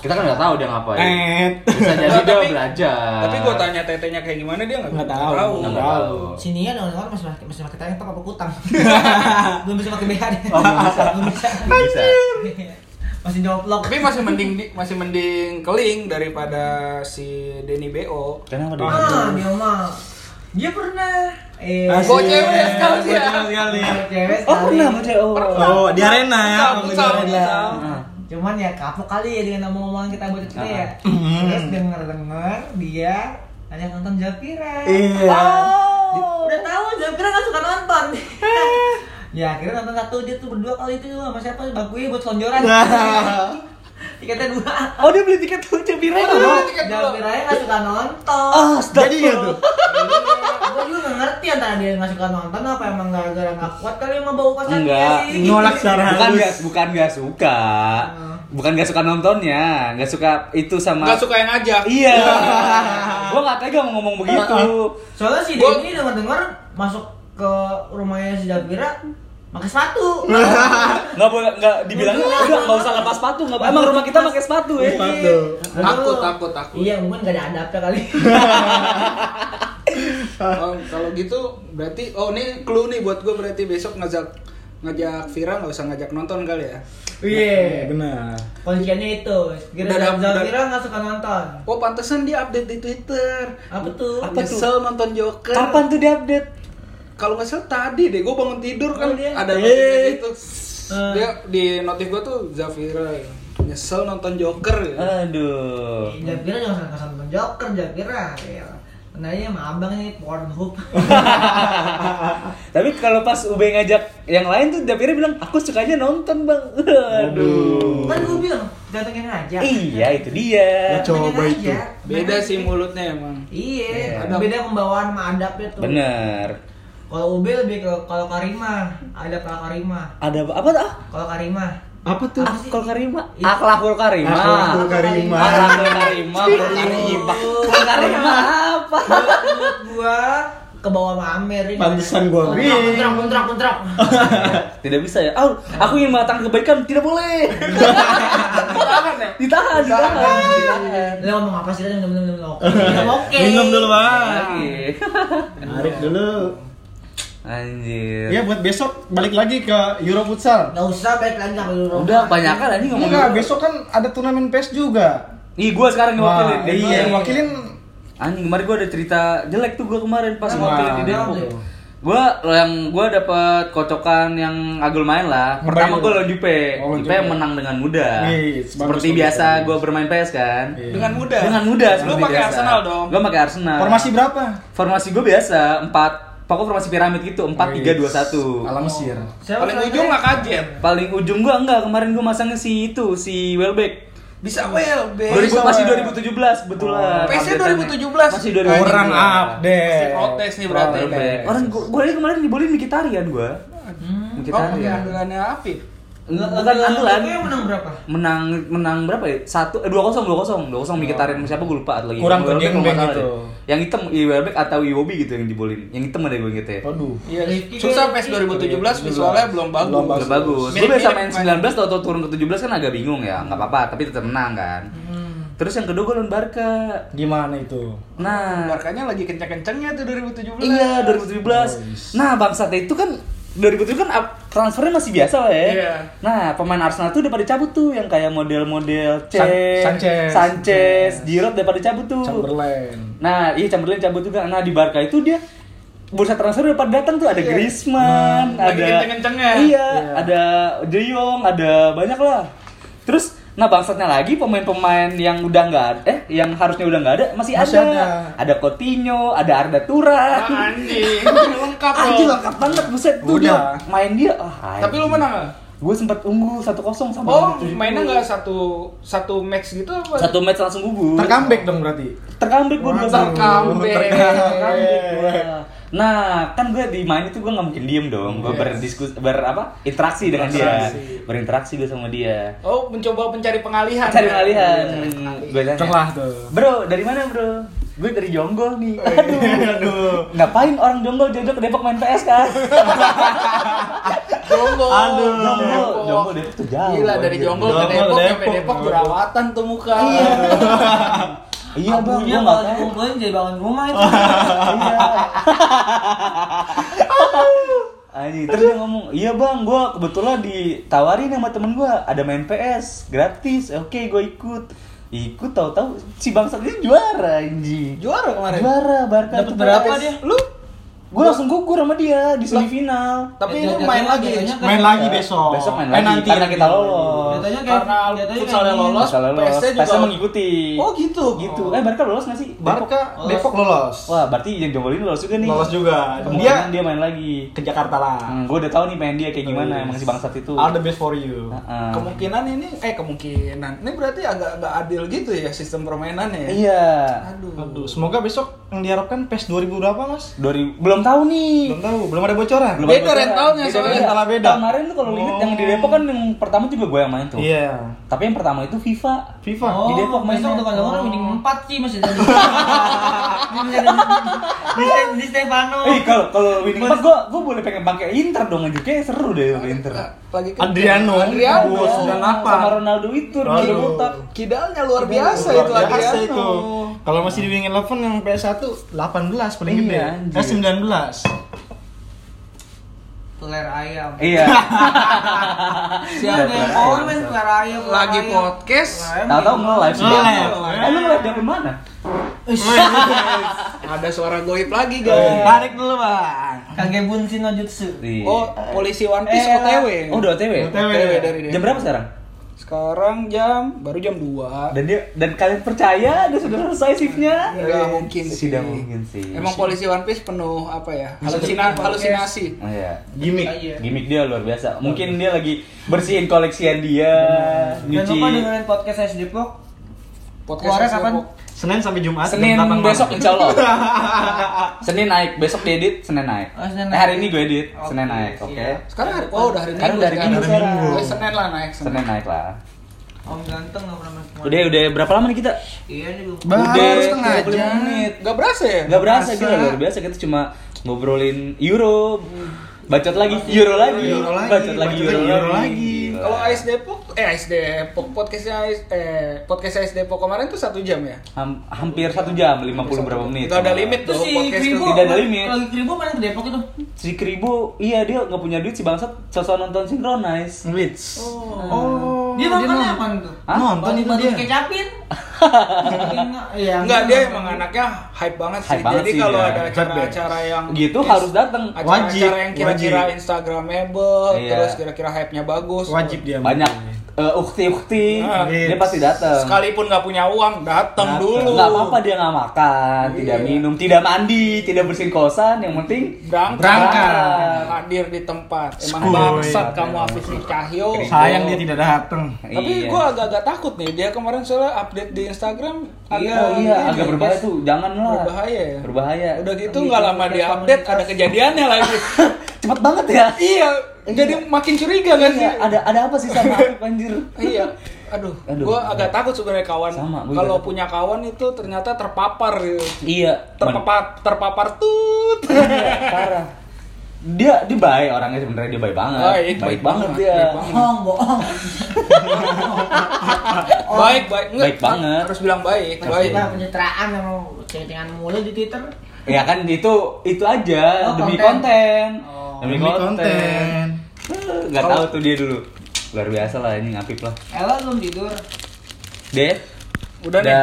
Speaker 2: Kita kan nggak tahu dia ngapain.
Speaker 5: Eh.
Speaker 2: Bisa jadi
Speaker 3: Nggak,
Speaker 2: dia
Speaker 3: tapi-
Speaker 2: belajar.
Speaker 3: Tapi gua tanya tetenya kayak gimana dia nggak
Speaker 5: Nggak tahu.
Speaker 2: nggak tahu.
Speaker 4: Sini ya orang-orang masih pakai masih pakai tank top apa kutang. belum bisa pakai BH deh.
Speaker 2: Oh, belum bisa.
Speaker 4: belum bisa.
Speaker 2: Nggak bisa.
Speaker 4: masih nyoplok.
Speaker 3: Tapi masih mending di- masih mending keling daripada si Denny BO.
Speaker 2: Kenapa dia?
Speaker 4: Ah, dia mah. Dia pernah eh
Speaker 5: Asik.
Speaker 3: Gua cewek sekali
Speaker 5: Gua
Speaker 3: ya.
Speaker 5: cewek sekali.
Speaker 4: cewek
Speaker 2: Oh
Speaker 4: sekali.
Speaker 2: pernah sama dia? Oh.
Speaker 5: Oh, di arena ya.
Speaker 3: Futsal, futsal,
Speaker 5: Di arena.
Speaker 3: futsal.
Speaker 4: Nah,
Speaker 2: Ah.
Speaker 4: Cuman ya kapok kali ya dengan omongan kita buat kita ya.
Speaker 5: Mm.
Speaker 4: Terus denger-denger dia Hanya nonton Japira.
Speaker 2: Iya.
Speaker 4: Di- Udah tahu Japira kan suka nonton. ya akhirnya nonton satu dia tuh berdua kali itu sama siapa Bakuya buat selonjoran.
Speaker 5: Nah.
Speaker 4: Tiketnya dua.
Speaker 2: Oh dia beli tiket tuh Japira dong.
Speaker 4: Iya, Japiranya nggak suka nonton.
Speaker 5: ya,
Speaker 2: Jadi iya tuh.
Speaker 4: gue juga nggak ngerti antara dia nggak suka nonton apa emang gara-gara nggak kuat kali sama bau kasar
Speaker 2: Enggak.
Speaker 4: sih.
Speaker 6: Nolak secara
Speaker 2: Bukan
Speaker 6: halus.
Speaker 2: nggak bukan nggak suka. Bukan nggak suka nontonnya, nggak suka itu sama.
Speaker 3: Nggak suka yang ngajak.
Speaker 2: Iya. Gua nggak tega mau ngomong begitu.
Speaker 4: Soalnya si
Speaker 3: Gua-
Speaker 4: Denny dengar-dengar masuk ke rumahnya si Japira pakai sepatu.
Speaker 2: Nggak boleh nggak dibilang enggak nggak usah lepas sepatu nggak apa- Emang rumah kita pakai sepatu ya.
Speaker 6: Sepatu.
Speaker 3: Takut, takut, takut. Iya.
Speaker 4: Iya, mungkin gak ada adabnya kali.
Speaker 3: Oh, kalau gitu berarti oh ini clue nih buat gue berarti besok ngajak ngajak Vira nggak usah ngajak nonton kali ya.
Speaker 4: Iya.
Speaker 5: Benar.
Speaker 4: Kunciannya itu.
Speaker 3: Udah
Speaker 4: Kira-kira
Speaker 3: ada-
Speaker 4: Japira nggak suka nonton.
Speaker 3: Oh pantesan dia update di Twitter.
Speaker 4: Apa tuh?
Speaker 2: Apa tuh?
Speaker 3: Nyesel nonton Joker.
Speaker 2: Kapan tuh diupdate?
Speaker 3: Kalau nggak salah tadi deh, gue bangun tidur kan
Speaker 4: Oh, dia.
Speaker 3: ada notif kayak gitu.
Speaker 4: Eh.
Speaker 3: Dia di notif gue tuh Zafira ya. Nyesel nonton Joker ya.
Speaker 4: Eh.
Speaker 2: Aduh.
Speaker 4: Japira jangan salah kesan nonton Joker, Japira. Ya. Nanya sama abang ini Pornhub.
Speaker 2: Tapi kalau pas UB ngajak yang lain tuh Japira bilang aku sukanya nonton bang. Aduh.
Speaker 4: Kan gue bilang, datengin aja.
Speaker 2: Iya itu dia.
Speaker 5: Ngaco. Coba
Speaker 4: Datengin
Speaker 5: itu.
Speaker 4: aja.
Speaker 3: Beda sih mulutnya emang.
Speaker 4: Iya,
Speaker 3: Adab.
Speaker 4: beda pembawaan sama adabnya tuh.
Speaker 2: Bener.
Speaker 4: Kalau UB lebih ke kalau Karima, ada kalau Karima.
Speaker 2: Ada apa- apa tuh? Ah,
Speaker 4: Kalau Karima,
Speaker 5: Apa tuh?
Speaker 4: Apa sih?
Speaker 2: Akhlakul karima.
Speaker 4: Iya.
Speaker 2: Akhlakul
Speaker 5: Nah,
Speaker 2: karima.
Speaker 5: Akhlakul karimah.
Speaker 2: Akhlakul karima. Karima. Karima apa?
Speaker 4: menurut gua ke bawah sama Amer ini.
Speaker 5: Pantesan gua
Speaker 4: Kontrak, kontrak, kontrak, kontrak.
Speaker 2: Tidak bisa ya. Oh, aku ingin mengatakan kebaikan tidak boleh. ditahan, ditahan, ditahan.
Speaker 4: Lo ngomong apa sih? Lo minum, minum, minum. Oke, minum, oke.
Speaker 5: Minum dulu, Bang.
Speaker 2: Lagi.
Speaker 5: Tarik Nah, dulu.
Speaker 2: Anjir.
Speaker 5: Ya buat besok balik lagi ke Euro Futsal.
Speaker 4: Gak usah balik lagi sampai dulu.
Speaker 2: Udah banyak kan anjing ngomong.
Speaker 5: Enggak, besok kan ada turnamen PES juga.
Speaker 2: Ih, gua sekarang diwakilin.
Speaker 5: Wah,
Speaker 2: Dan
Speaker 5: iya, yang
Speaker 2: gua-
Speaker 5: wakilin
Speaker 2: Anjing, kemarin gua ada cerita jelek tuh gua kemarin pas
Speaker 5: Wah, iya.
Speaker 2: wakilin di Depok.
Speaker 5: aduh.
Speaker 2: Gua lo yang gua dapat kocokan yang agul main lah. Pertama
Speaker 5: Ngebayar.
Speaker 2: gua lawan Jupe.
Speaker 5: Oh,
Speaker 2: Jupe
Speaker 5: Jupe.
Speaker 2: menang dengan mudah.
Speaker 5: Wih, bagus,
Speaker 2: Seperti
Speaker 5: bagus,
Speaker 2: biasa
Speaker 5: bagus.
Speaker 2: gua bermain PS kan.
Speaker 5: Iya. Nah.
Speaker 3: Dengan mudah.
Speaker 2: Dengan mudah
Speaker 3: Lu
Speaker 2: seperti
Speaker 3: pakai
Speaker 2: biasa.
Speaker 3: Arsenal dong.
Speaker 2: Gua pakai Arsenal.
Speaker 5: formasi berapa?
Speaker 2: formasi gua biasa 4 pokok formasi piramid gitu 4 3 2 1.
Speaker 5: Ala Mesir.
Speaker 4: Siapa
Speaker 3: Paling
Speaker 4: yang
Speaker 3: ujung
Speaker 4: terakhir?
Speaker 3: nggak kaget.
Speaker 2: Paling ujung gua enggak kemarin gua masangnya si itu si Welbeck.
Speaker 3: Bisa well, be.
Speaker 2: 2000
Speaker 5: sama-
Speaker 2: masih 2017 betulan.
Speaker 3: Oh. PC
Speaker 2: updateannya.
Speaker 3: 2017.
Speaker 2: Masih
Speaker 5: Orang
Speaker 2: 2017.
Speaker 3: Pasti
Speaker 5: update.
Speaker 3: protes nih berarti.
Speaker 2: Welbeck. Orang gua gua ini kemarin dibolin Mkhitaryan gua.
Speaker 3: Oh,
Speaker 2: Mkhitaryan.
Speaker 3: pengambilannya api.
Speaker 4: Nggak,
Speaker 2: Bukan
Speaker 4: nggak,
Speaker 2: andalan.
Speaker 4: nggak, nggak, menang berapa?
Speaker 2: Menang menang berapa ya? Satu eh 2-0 2-0. 2-0 Mkhitaryan sama siapa gua lupa ada lagi.
Speaker 5: Kurang ke
Speaker 2: Welbeck
Speaker 5: Gengbeng
Speaker 2: kalau nggak
Speaker 5: itu.
Speaker 2: salah deh. Yang hitam Welbeck atau Iwobi gitu yang dibolin. Yang hitam ada gue inget ya.
Speaker 5: Aduh.
Speaker 3: Iya,
Speaker 4: Rifki
Speaker 3: susah
Speaker 4: kan
Speaker 3: PES
Speaker 4: Rifki.
Speaker 3: 2017 visualnya belum bagus.
Speaker 5: Belum
Speaker 2: Bagus. bagus. Gue
Speaker 3: Mirip-mirip
Speaker 2: biasa main
Speaker 3: kan.
Speaker 2: 19 tau tau turun ke 17 kan agak bingung ya. nggak apa-apa, tapi tetap menang kan. Terus yang kedua gue lawan Barca.
Speaker 5: Gimana itu?
Speaker 2: Nah,
Speaker 3: Barkanya lagi kencang-kencangnya tuh 2017.
Speaker 2: iya 2017. Nah, bangsatnya itu kan 2017 kan up- transfernya masih biasa lah ya.
Speaker 3: Iya.
Speaker 2: Nah, pemain Arsenal tuh udah pada cabut tuh yang kayak model-model C,
Speaker 5: San- Sanchez.
Speaker 2: Sanchez, Giroud udah pada cabut tuh.
Speaker 5: Chamberlain.
Speaker 2: Nah, iya Chamberlain cabut juga. Nah, di Barca itu dia bursa transfer udah pada datang tuh ada Griezmann,
Speaker 3: Iya. Nah, lagi
Speaker 2: ada
Speaker 3: kenceng-kencengnya.
Speaker 2: Iya,
Speaker 5: Iya.
Speaker 2: ada De Jong, ada banyak lah. Terus nah bangsatnya lagi pemain-pemain yang udah nggak ada, eh yang harusnya udah nggak ada masih,
Speaker 5: Masih
Speaker 2: ada.
Speaker 5: ada.
Speaker 2: Ada Coutinho, ada Arda Turan.
Speaker 3: Ah, anjing, lengkap loh.
Speaker 2: Anjir Iya, lengkap banget buset tuh dia
Speaker 5: Udah.
Speaker 2: main dia. Ah,
Speaker 3: Tapi lu menang nggak?
Speaker 2: Gue sempat unggul 1-0 sama
Speaker 3: Oh,
Speaker 2: 70.
Speaker 3: mainnya nggak satu satu match gitu apa?
Speaker 2: satu match langsung gugur.
Speaker 5: Terkambek dong berarti.
Speaker 2: terkambek gue dua satu.
Speaker 3: Terkambek.
Speaker 2: Terkambek gua. nah kan gue di main itu gue nggak mungkin diem dong gue
Speaker 5: Yes.
Speaker 2: berdiskus ber apa interaksi dengan dia berinteraksi gue sama dia
Speaker 3: Oh, mencoba mencari pengalihan.
Speaker 2: cari
Speaker 3: Ya?
Speaker 2: pengalihan gue tanya
Speaker 5: Celah tuh.
Speaker 2: bro dari mana bro gue dari Jonggol nih aduh, aduh. ngapain orang Jonggol jodoh ke Depok main PS kan
Speaker 3: Jonggol.
Speaker 5: Aduh.
Speaker 2: Jonggol Jonggol Depok tuh jauh
Speaker 3: Gila dari
Speaker 2: anjir.
Speaker 3: Jonggol ke
Speaker 5: Jonggol,
Speaker 3: Depok, ya, sampai
Speaker 5: Depok.
Speaker 3: Depok jerawatan tuh muka.
Speaker 2: iya iya bang
Speaker 4: Abunya
Speaker 2: gue nggak
Speaker 4: kalau
Speaker 2: tahu
Speaker 4: dikumpulin jadi bangun rumah itu.
Speaker 2: Iya. Anjing, terus dia ngomong, iya bang, gue kebetulan ditawarin sama temen gue ada main PS gratis, oke gue ikut, ikut tahu-tahu si bangsat ini juara anjing,
Speaker 3: Juara ya? kemarin.
Speaker 2: juara Barca
Speaker 6: Dapat
Speaker 2: itu
Speaker 6: berapa
Speaker 2: PS.
Speaker 6: dia?
Speaker 3: Lu
Speaker 2: Gue langsung gugur sama dia di semifinal.
Speaker 3: Tapi ini
Speaker 4: Ya, jatuh-
Speaker 3: main lagi.
Speaker 4: jatuhnya
Speaker 5: Main
Speaker 4: kan-
Speaker 5: lagi besok.
Speaker 2: Besok main
Speaker 5: Eh,
Speaker 2: lagi
Speaker 5: nanti
Speaker 2: karena kita lolos.
Speaker 4: Jatuhnya kayak
Speaker 3: Karena
Speaker 4: jatuhnya
Speaker 3: futsalnya
Speaker 4: kayak-
Speaker 3: lolos,
Speaker 2: Kita lolos.
Speaker 3: PSG juga
Speaker 2: PSG mengikuti.
Speaker 3: Oh gitu.
Speaker 2: gitu. Eh Barca lolos nggak sih? Depok.
Speaker 5: Barca Depok lolos.
Speaker 2: Wah, berarti yang jonggol ini lolos juga nih.
Speaker 5: Lolos juga.
Speaker 2: Kemungkinan dia,
Speaker 5: Dia
Speaker 2: main lagi.
Speaker 5: ke Jakarta lah.
Speaker 2: Hmm, gue udah tahu nih pengen dia kayak gimana
Speaker 5: Yes.
Speaker 2: emang si bangsat itu.
Speaker 5: All the best for you.
Speaker 2: Heeh.
Speaker 3: Kemungkinan ini eh kemungkinan. Ini berarti agak agak adil gitu ya sistem permainannya ya.
Speaker 2: Iya.
Speaker 3: Aduh.
Speaker 5: Aduh, semoga besok yang diharapkan PES 2000 berapa, Mas?
Speaker 2: Dari belum tahu nih.
Speaker 5: Belum tahu, belum ada bocoran.
Speaker 2: Belum
Speaker 3: Beda
Speaker 2: ada bocoran.
Speaker 3: rentalnya
Speaker 5: soalnya. Rentalnya beda.
Speaker 2: Kemarin tuh kalau lihat
Speaker 5: Oh.
Speaker 2: yang di Depok kan yang pertama juga gue yang main tuh.
Speaker 5: Iya.
Speaker 2: Tapi yang pertama itu FIFA.
Speaker 5: FIFA.
Speaker 4: Oh,
Speaker 2: Di Depok mainnya.
Speaker 4: besok tuh kan orang winning 4 sih masih tadi.
Speaker 7: Di- di- di Stefano.
Speaker 5: Oh.
Speaker 2: Eh kalau kalau winning empat gue gue boleh pengen pakai Inter dong ngejuknya seru deh pakai Inter.
Speaker 3: Lagi ke-
Speaker 5: Adriano.
Speaker 3: kan Adriano.
Speaker 5: Bos, dan apa?
Speaker 2: Sama Ronaldo itu Ronaldo
Speaker 5: Aduh.
Speaker 2: botak.
Speaker 3: Kidalnya luar biasa
Speaker 5: Luar
Speaker 3: itu
Speaker 5: biasa
Speaker 3: Adriano.
Speaker 5: itu. Kalau masih di Wing Eleven yang PS1 18 paling
Speaker 2: Iya,
Speaker 5: gede.
Speaker 2: anjir.
Speaker 5: Eh 19.
Speaker 4: Teler ayam.
Speaker 2: Iya.
Speaker 4: Siapa yang power main teler ayam? teler
Speaker 3: Lagi
Speaker 4: ayam.
Speaker 3: podcast.
Speaker 4: Teler ayam.
Speaker 2: Tahu-tahu nge-live sih.
Speaker 5: Nge-live.
Speaker 2: Eh lu nge-live dari mana?
Speaker 3: Ada suara goib lagi, guys.
Speaker 5: Tarik dulu, Bang.
Speaker 4: Kage Bunshin no Jutsu.
Speaker 5: Iya.
Speaker 2: Di-
Speaker 3: Oh, polisi One Piece
Speaker 2: Eh,
Speaker 3: OTW.
Speaker 2: Oh, udah OTW.
Speaker 5: OTW.
Speaker 3: OTW dari dia.
Speaker 2: Jam berapa sekarang?
Speaker 3: Sekarang jam baru jam 2.
Speaker 2: Dan dia dan kalian percaya dia sudah selesai shiftnya?
Speaker 5: Iya.
Speaker 3: Enggak mungkin sih.
Speaker 2: Tidak mungkin Iya. sih.
Speaker 3: Emang polisi One Piece penuh apa ya? Halusina- halusinasi.
Speaker 2: Oh, iya.
Speaker 5: Gimik.
Speaker 4: Iya.
Speaker 2: Gimik dia luar biasa. Mungkin dia lagi bersihin koleksian dia,
Speaker 4: Jangan
Speaker 2: nyuci.
Speaker 4: lupa dengerin podcast saya di Depok. Keluarnya
Speaker 3: Podcast
Speaker 4: kapan?
Speaker 3: kapan?
Speaker 5: Senin sampai Jumat. jam
Speaker 2: Senin
Speaker 5: 8 malam.
Speaker 2: besok insya Allah. Senin naik, besok diedit, Senin naik.
Speaker 4: Oh, Senin
Speaker 2: Eh, hari
Speaker 4: naik.
Speaker 2: ini gue edit,
Speaker 4: Oke,
Speaker 2: Senin naik, oke.
Speaker 4: siap.
Speaker 3: Sekarang hari oh udah hari Minggu.
Speaker 2: Sekarang udah hari
Speaker 3: sekarang.
Speaker 5: Minggu sekarang.
Speaker 3: Oh, Senin lah naik. Senin.
Speaker 2: Senin naik lah.
Speaker 4: Om ganteng enggak pernah main kemana.
Speaker 2: Udah, udah berapa lama nih kita?
Speaker 4: Iya nih belum.
Speaker 5: Baru
Speaker 2: udah
Speaker 5: setengah
Speaker 2: 35
Speaker 5: jam.
Speaker 2: menit.
Speaker 3: Gak berasa ya?
Speaker 2: Gak berasa gila luar biasa kita cuma ngobrolin Euro. Bacot lagi Euro lagi.
Speaker 5: Euro lagi,
Speaker 2: Bacot lagi
Speaker 5: bacot
Speaker 2: Euro
Speaker 5: lagi, Euro
Speaker 2: lagi.
Speaker 5: lagi.
Speaker 2: Gila.
Speaker 3: Kalau AS Depok, eh AS Depok podcastnya AS, eh podcast AS Depok kemarin tuh satu jam ya?
Speaker 2: Ham- hampir satu jam 50 berapa menit.
Speaker 3: Gak ada limit
Speaker 4: Itu
Speaker 3: tuh
Speaker 4: si
Speaker 3: podcast
Speaker 4: Kribo.
Speaker 3: tuh.
Speaker 2: tidak ada limit.
Speaker 4: Lagi Kribo main ke Depok itu.
Speaker 2: Si Kribo, iya dia nggak punya duit si bangsat sosok nonton Synchronize.
Speaker 5: Wits.
Speaker 3: Oh.
Speaker 4: Dia ya? nontonnya apa tuh?
Speaker 2: Hah?
Speaker 5: Ah. Nonton itu dia.
Speaker 4: Kecapin. Iya.
Speaker 3: Enggak dia emang anaknya hype banget sih.
Speaker 2: Hype banget
Speaker 3: Jadi
Speaker 2: sih
Speaker 3: kalau
Speaker 2: dia.
Speaker 3: ada
Speaker 5: Hype
Speaker 3: acara-acara yang
Speaker 2: Gitu
Speaker 3: yes,
Speaker 2: harus datang.
Speaker 5: Wajib,
Speaker 3: acara-acara yang kira-kira
Speaker 5: wajib.
Speaker 3: instagramable,
Speaker 2: Iya.
Speaker 3: terus kira-kira hype-nya bagus.
Speaker 5: Wajib dia.
Speaker 2: Banyak eh, ukti-ukti,
Speaker 3: Nah,
Speaker 2: dia pasti datang.
Speaker 3: Sekalipun nggak punya uang, datang dulu.
Speaker 2: Nggak apa-apa dia nggak makan, tidak
Speaker 3: Iya.
Speaker 2: minum, tidak mandi, tidak bersihin kosan, yang penting
Speaker 3: Berangkat.
Speaker 5: Berangkat.
Speaker 3: Hadir di tempat. Emang
Speaker 5: Skuy.
Speaker 3: bangsat kamu Hafiz Cahyo.
Speaker 5: Sayang dia tidak datang.
Speaker 3: Tapi
Speaker 2: Iya.
Speaker 3: gue agak-agak takut nih. Dia kemarin soalnya update di Instagram agak
Speaker 2: Iya, iya,
Speaker 3: ini,
Speaker 2: agak berbahaya tuh, jangan lah.
Speaker 3: Berbahaya ya?
Speaker 2: Berbahaya.
Speaker 3: Udah gitu nggak lama dia update ada kejadiannya lagi.
Speaker 2: cepet banget ya.
Speaker 3: iya, jadi makin curiga kan sih?
Speaker 2: Iya, ada ada apa sih sama Afif anjir?
Speaker 3: Iya. Aduh,
Speaker 2: Aduh.
Speaker 3: gue agak takut sebenarnya kawan.
Speaker 2: Sama, gua juga
Speaker 3: Kalau
Speaker 2: takut.
Speaker 3: punya kawan itu ternyata terpapar gitu.
Speaker 2: Iya, man-
Speaker 3: Terpapar, terpapar tut.
Speaker 2: parah. Dia dia baik orangnya sebenarnya dia baik banget.
Speaker 3: Baik,
Speaker 2: baik,
Speaker 3: baik
Speaker 2: banget
Speaker 3: banget,
Speaker 2: dia.
Speaker 3: baik banget.
Speaker 4: bohong, bohong.
Speaker 3: baik, baik. Nggak,
Speaker 2: Baik banget.
Speaker 3: Harus bilang baik, baik.
Speaker 7: Kita pencitraan sama ceng-cengan mulu di Twitter.
Speaker 2: Ya kan itu itu aja
Speaker 4: Oh,
Speaker 2: demi
Speaker 4: konten.
Speaker 2: konten.
Speaker 4: Oh.
Speaker 2: Demi
Speaker 5: Demi
Speaker 2: konten.
Speaker 5: konten.
Speaker 2: Eh, Nggak tahu tuh dia dulu. Luar biasa lah ini ngapip lah.
Speaker 4: Ella belum tidur.
Speaker 2: Deh,
Speaker 3: Udah nih.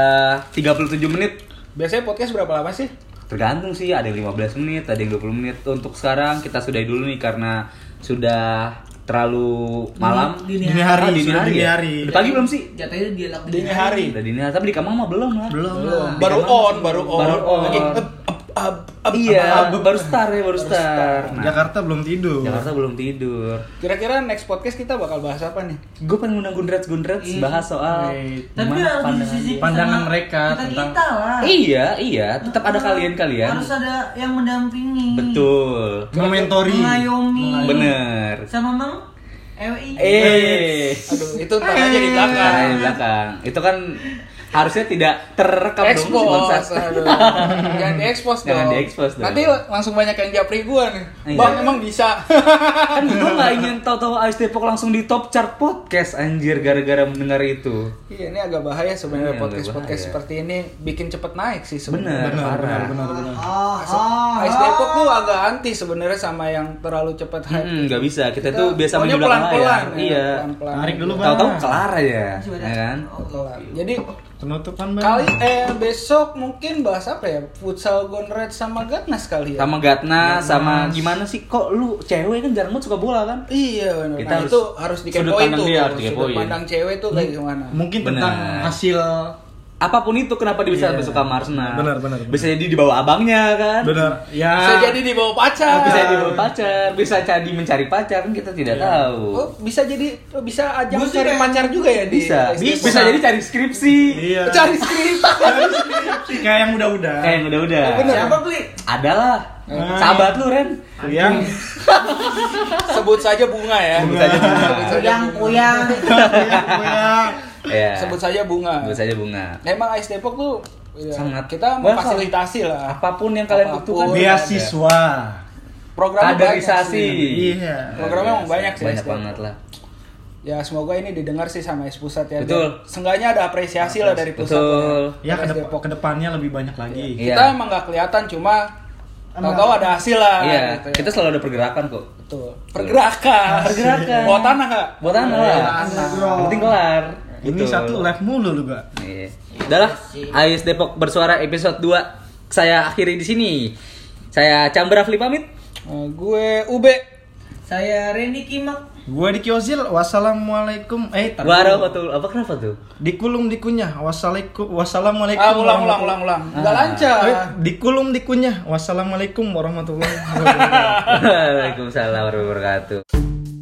Speaker 2: 37 menit.
Speaker 3: Biasanya podcast berapa lama sih?
Speaker 2: Tergantung sih, ada yang 15 menit, ada yang 20 menit. Untuk sekarang kita sudahi dulu nih karena sudah terlalu malam.
Speaker 7: Dini
Speaker 5: Dini
Speaker 2: Ah,
Speaker 5: hari,
Speaker 2: dini
Speaker 5: sudah
Speaker 2: hari
Speaker 5: dini
Speaker 2: ya?
Speaker 5: hari.
Speaker 2: Udah pagi belum sih?
Speaker 7: Jatuhnya dia lak
Speaker 3: Dini hari.
Speaker 2: Udah dini hari, tapi di kamar mah belum lah.
Speaker 5: Belum.
Speaker 3: Belum. Baru on, baru on.
Speaker 2: Baru on.
Speaker 3: Oh, Lagi up, up, up, up, up,
Speaker 2: Iya,
Speaker 3: up.
Speaker 2: baru start ya, baru start. Nah,
Speaker 5: Jakarta belum tidur.
Speaker 2: Jakarta belum tidur.
Speaker 3: Kira-kira next podcast kita bakal bahas apa nih?
Speaker 2: Gue pengen ngundang Gundrets-Gundrets bahas soal
Speaker 5: Wait.
Speaker 7: Tapi
Speaker 2: gimana
Speaker 7: harus
Speaker 2: pandangan
Speaker 7: disisipin
Speaker 2: dia.
Speaker 5: Pandangan
Speaker 7: sama
Speaker 5: mereka
Speaker 7: kita
Speaker 5: tentang-
Speaker 7: kita lah.
Speaker 2: Iya, iya, tetap ada kalian-kalian.
Speaker 7: Harus ada yang mendampingi.
Speaker 2: Betul.
Speaker 5: Mementori.
Speaker 4: Nah,
Speaker 7: Mengayomi.
Speaker 2: Bener.
Speaker 7: Sama Mang E EWI.
Speaker 2: Eh.
Speaker 3: Aduh, itu ntar aja di belakang.
Speaker 2: Nah, di belakang. Itu kan harusnya tidak terrekam dong si
Speaker 3: Expose,
Speaker 2: Bonsat.
Speaker 3: aduh. Jangan diekspos dong.
Speaker 2: Jangan diekspos dong.
Speaker 3: Nanti langsung banyak yang japri gua nih.
Speaker 2: Iya.
Speaker 3: Bang, emang bisa.
Speaker 2: kan gue nggak ingin tahu-tahu Ais Depok langsung di top chart podcast anjir gara-gara mendengar itu.
Speaker 3: Iya, ini agak bahaya
Speaker 2: Iya,
Speaker 3: sebenarnya
Speaker 2: agak
Speaker 3: podcast-podcast
Speaker 2: bahaya.
Speaker 3: seperti ini bikin cepet naik sih
Speaker 2: Bener,
Speaker 3: sebenarnya.
Speaker 2: parah.
Speaker 3: Ice Depok tuh agak anti sebenarnya sama yang terlalu cepet hype.
Speaker 2: Mm, nggak bisa. Kita,
Speaker 3: Kita
Speaker 2: tuh biasa
Speaker 3: maunya
Speaker 2: menjulang
Speaker 3: pelan-pelan,
Speaker 2: layar.
Speaker 3: ya,
Speaker 2: Iya.
Speaker 3: pelan-pelan.
Speaker 5: Tarik dulu, Bang.
Speaker 2: Tahu-tahu kelar aja,
Speaker 7: Masih
Speaker 2: ya
Speaker 7: banyak.
Speaker 2: kan?
Speaker 3: Kelar. Jadi
Speaker 5: penutupan bang
Speaker 3: Kali eh besok mungkin bahas apa ya? Futsal Gonred sama Gatnas kali ya.
Speaker 2: Sama Gatna, sama gimana sih kok lu cewek kan jarang banget suka bola kan?
Speaker 3: Iya benar.
Speaker 2: Kita
Speaker 3: Nah,
Speaker 2: harus-
Speaker 3: itu harus
Speaker 2: sudut
Speaker 3: dikepoin
Speaker 2: pandang
Speaker 3: tuh.
Speaker 2: dia harus
Speaker 3: sudut
Speaker 2: dikepoin.
Speaker 3: pandang cewek tuh
Speaker 2: Hmm.
Speaker 3: kayak gimana?
Speaker 5: mungkin tentang
Speaker 2: Benar.
Speaker 5: hasil
Speaker 2: Apapun itu kenapa dia bisa
Speaker 5: Iya.
Speaker 2: masuk sama Arsenal?
Speaker 5: Benar, benar, benar.
Speaker 2: Bisa jadi dibawa abangnya kan?
Speaker 5: benar ya
Speaker 3: Bisa jadi dibawa pacar.
Speaker 2: Bisa jadi dibawa pacar, bisa jadi mencari pacar kan kita
Speaker 5: Iya.
Speaker 2: tidak tahu.
Speaker 3: Oh, bisa jadi oh, bisa aja
Speaker 4: Gua sih
Speaker 3: cari
Speaker 4: kayak-
Speaker 3: pacar juga ya di
Speaker 2: Bisa.
Speaker 3: PlayStation?
Speaker 2: bisa, jadi cari skripsi.
Speaker 5: iya
Speaker 3: Cari skrip.
Speaker 5: kayak yang udah-udah
Speaker 2: Kayak Eh, yang udah-udah.
Speaker 3: Oh,
Speaker 4: Siapa beli?
Speaker 2: Adalah.
Speaker 5: Nah.
Speaker 2: Sahabat lu Ren.
Speaker 5: yang
Speaker 3: Sebut saja bunga ya.
Speaker 5: Nah. Sebut saja bunga.
Speaker 3: Sebut saja
Speaker 7: Yang
Speaker 3: bunga.
Speaker 7: kuyang.
Speaker 5: Yang-
Speaker 2: Ya.
Speaker 3: Sebut saja bunga.
Speaker 2: Sebut saja bunga.
Speaker 3: Emang Ice Depok tuh ya,
Speaker 2: Sangat
Speaker 3: kita
Speaker 2: basah.
Speaker 3: memfasilitasi lah
Speaker 2: Apapun yang kalian
Speaker 3: Apapun.
Speaker 2: butuhkan
Speaker 5: beasiswa
Speaker 3: program
Speaker 2: kaderisasi.
Speaker 5: Iya.
Speaker 3: Programnya emang banyak sih,
Speaker 2: Banyak
Speaker 3: SD.
Speaker 2: banget lah.
Speaker 3: Ya semoga ini didengar sih sama IS Pusat ya.
Speaker 2: Betul.
Speaker 3: Dan Seenggaknya ada apresiasi lah dari pusat.
Speaker 2: Betul.
Speaker 5: ya
Speaker 3: Terus
Speaker 5: kedep-
Speaker 3: Depok.
Speaker 5: kedepannya lebih banyak lagi
Speaker 2: Iya.
Speaker 3: Kita emang nggak kelihatan cuma tahu-tahu ada hasil lah.
Speaker 2: Iya,
Speaker 3: gitu ya.
Speaker 2: kita selalu ada pergerakan kok.
Speaker 3: Betul. Pergerakan.
Speaker 2: Pergerakan.
Speaker 3: Bawa tanah nggak? Iya.
Speaker 2: Buat tanah lah. Yang penting kelar.
Speaker 5: ini
Speaker 2: Gitu.
Speaker 5: satu live mulu lu gak
Speaker 2: Iya. Udah lah, Ais Depok bersuara episode 2 saya akhiri di sini. Saya Cambra Fli pamit.
Speaker 3: Eh, gue Ube.
Speaker 7: Saya Randy Kimak.
Speaker 5: gua di Kiozil wassalamualaikum eh tar dulu.
Speaker 2: Warohatul apa kenapa tuh?
Speaker 5: dikulum dikunyah wassalamualaikum wassalamualaikum
Speaker 3: Ah, ulang, ulang, ulang, ulang. Nggak
Speaker 2: Ah.
Speaker 3: lancar.
Speaker 5: Eh, dikulum dikunyah wassalamualaikum warahmatullahi wabarakatuh
Speaker 2: Waalaikumsalam warahmatullahi wabarakatuh.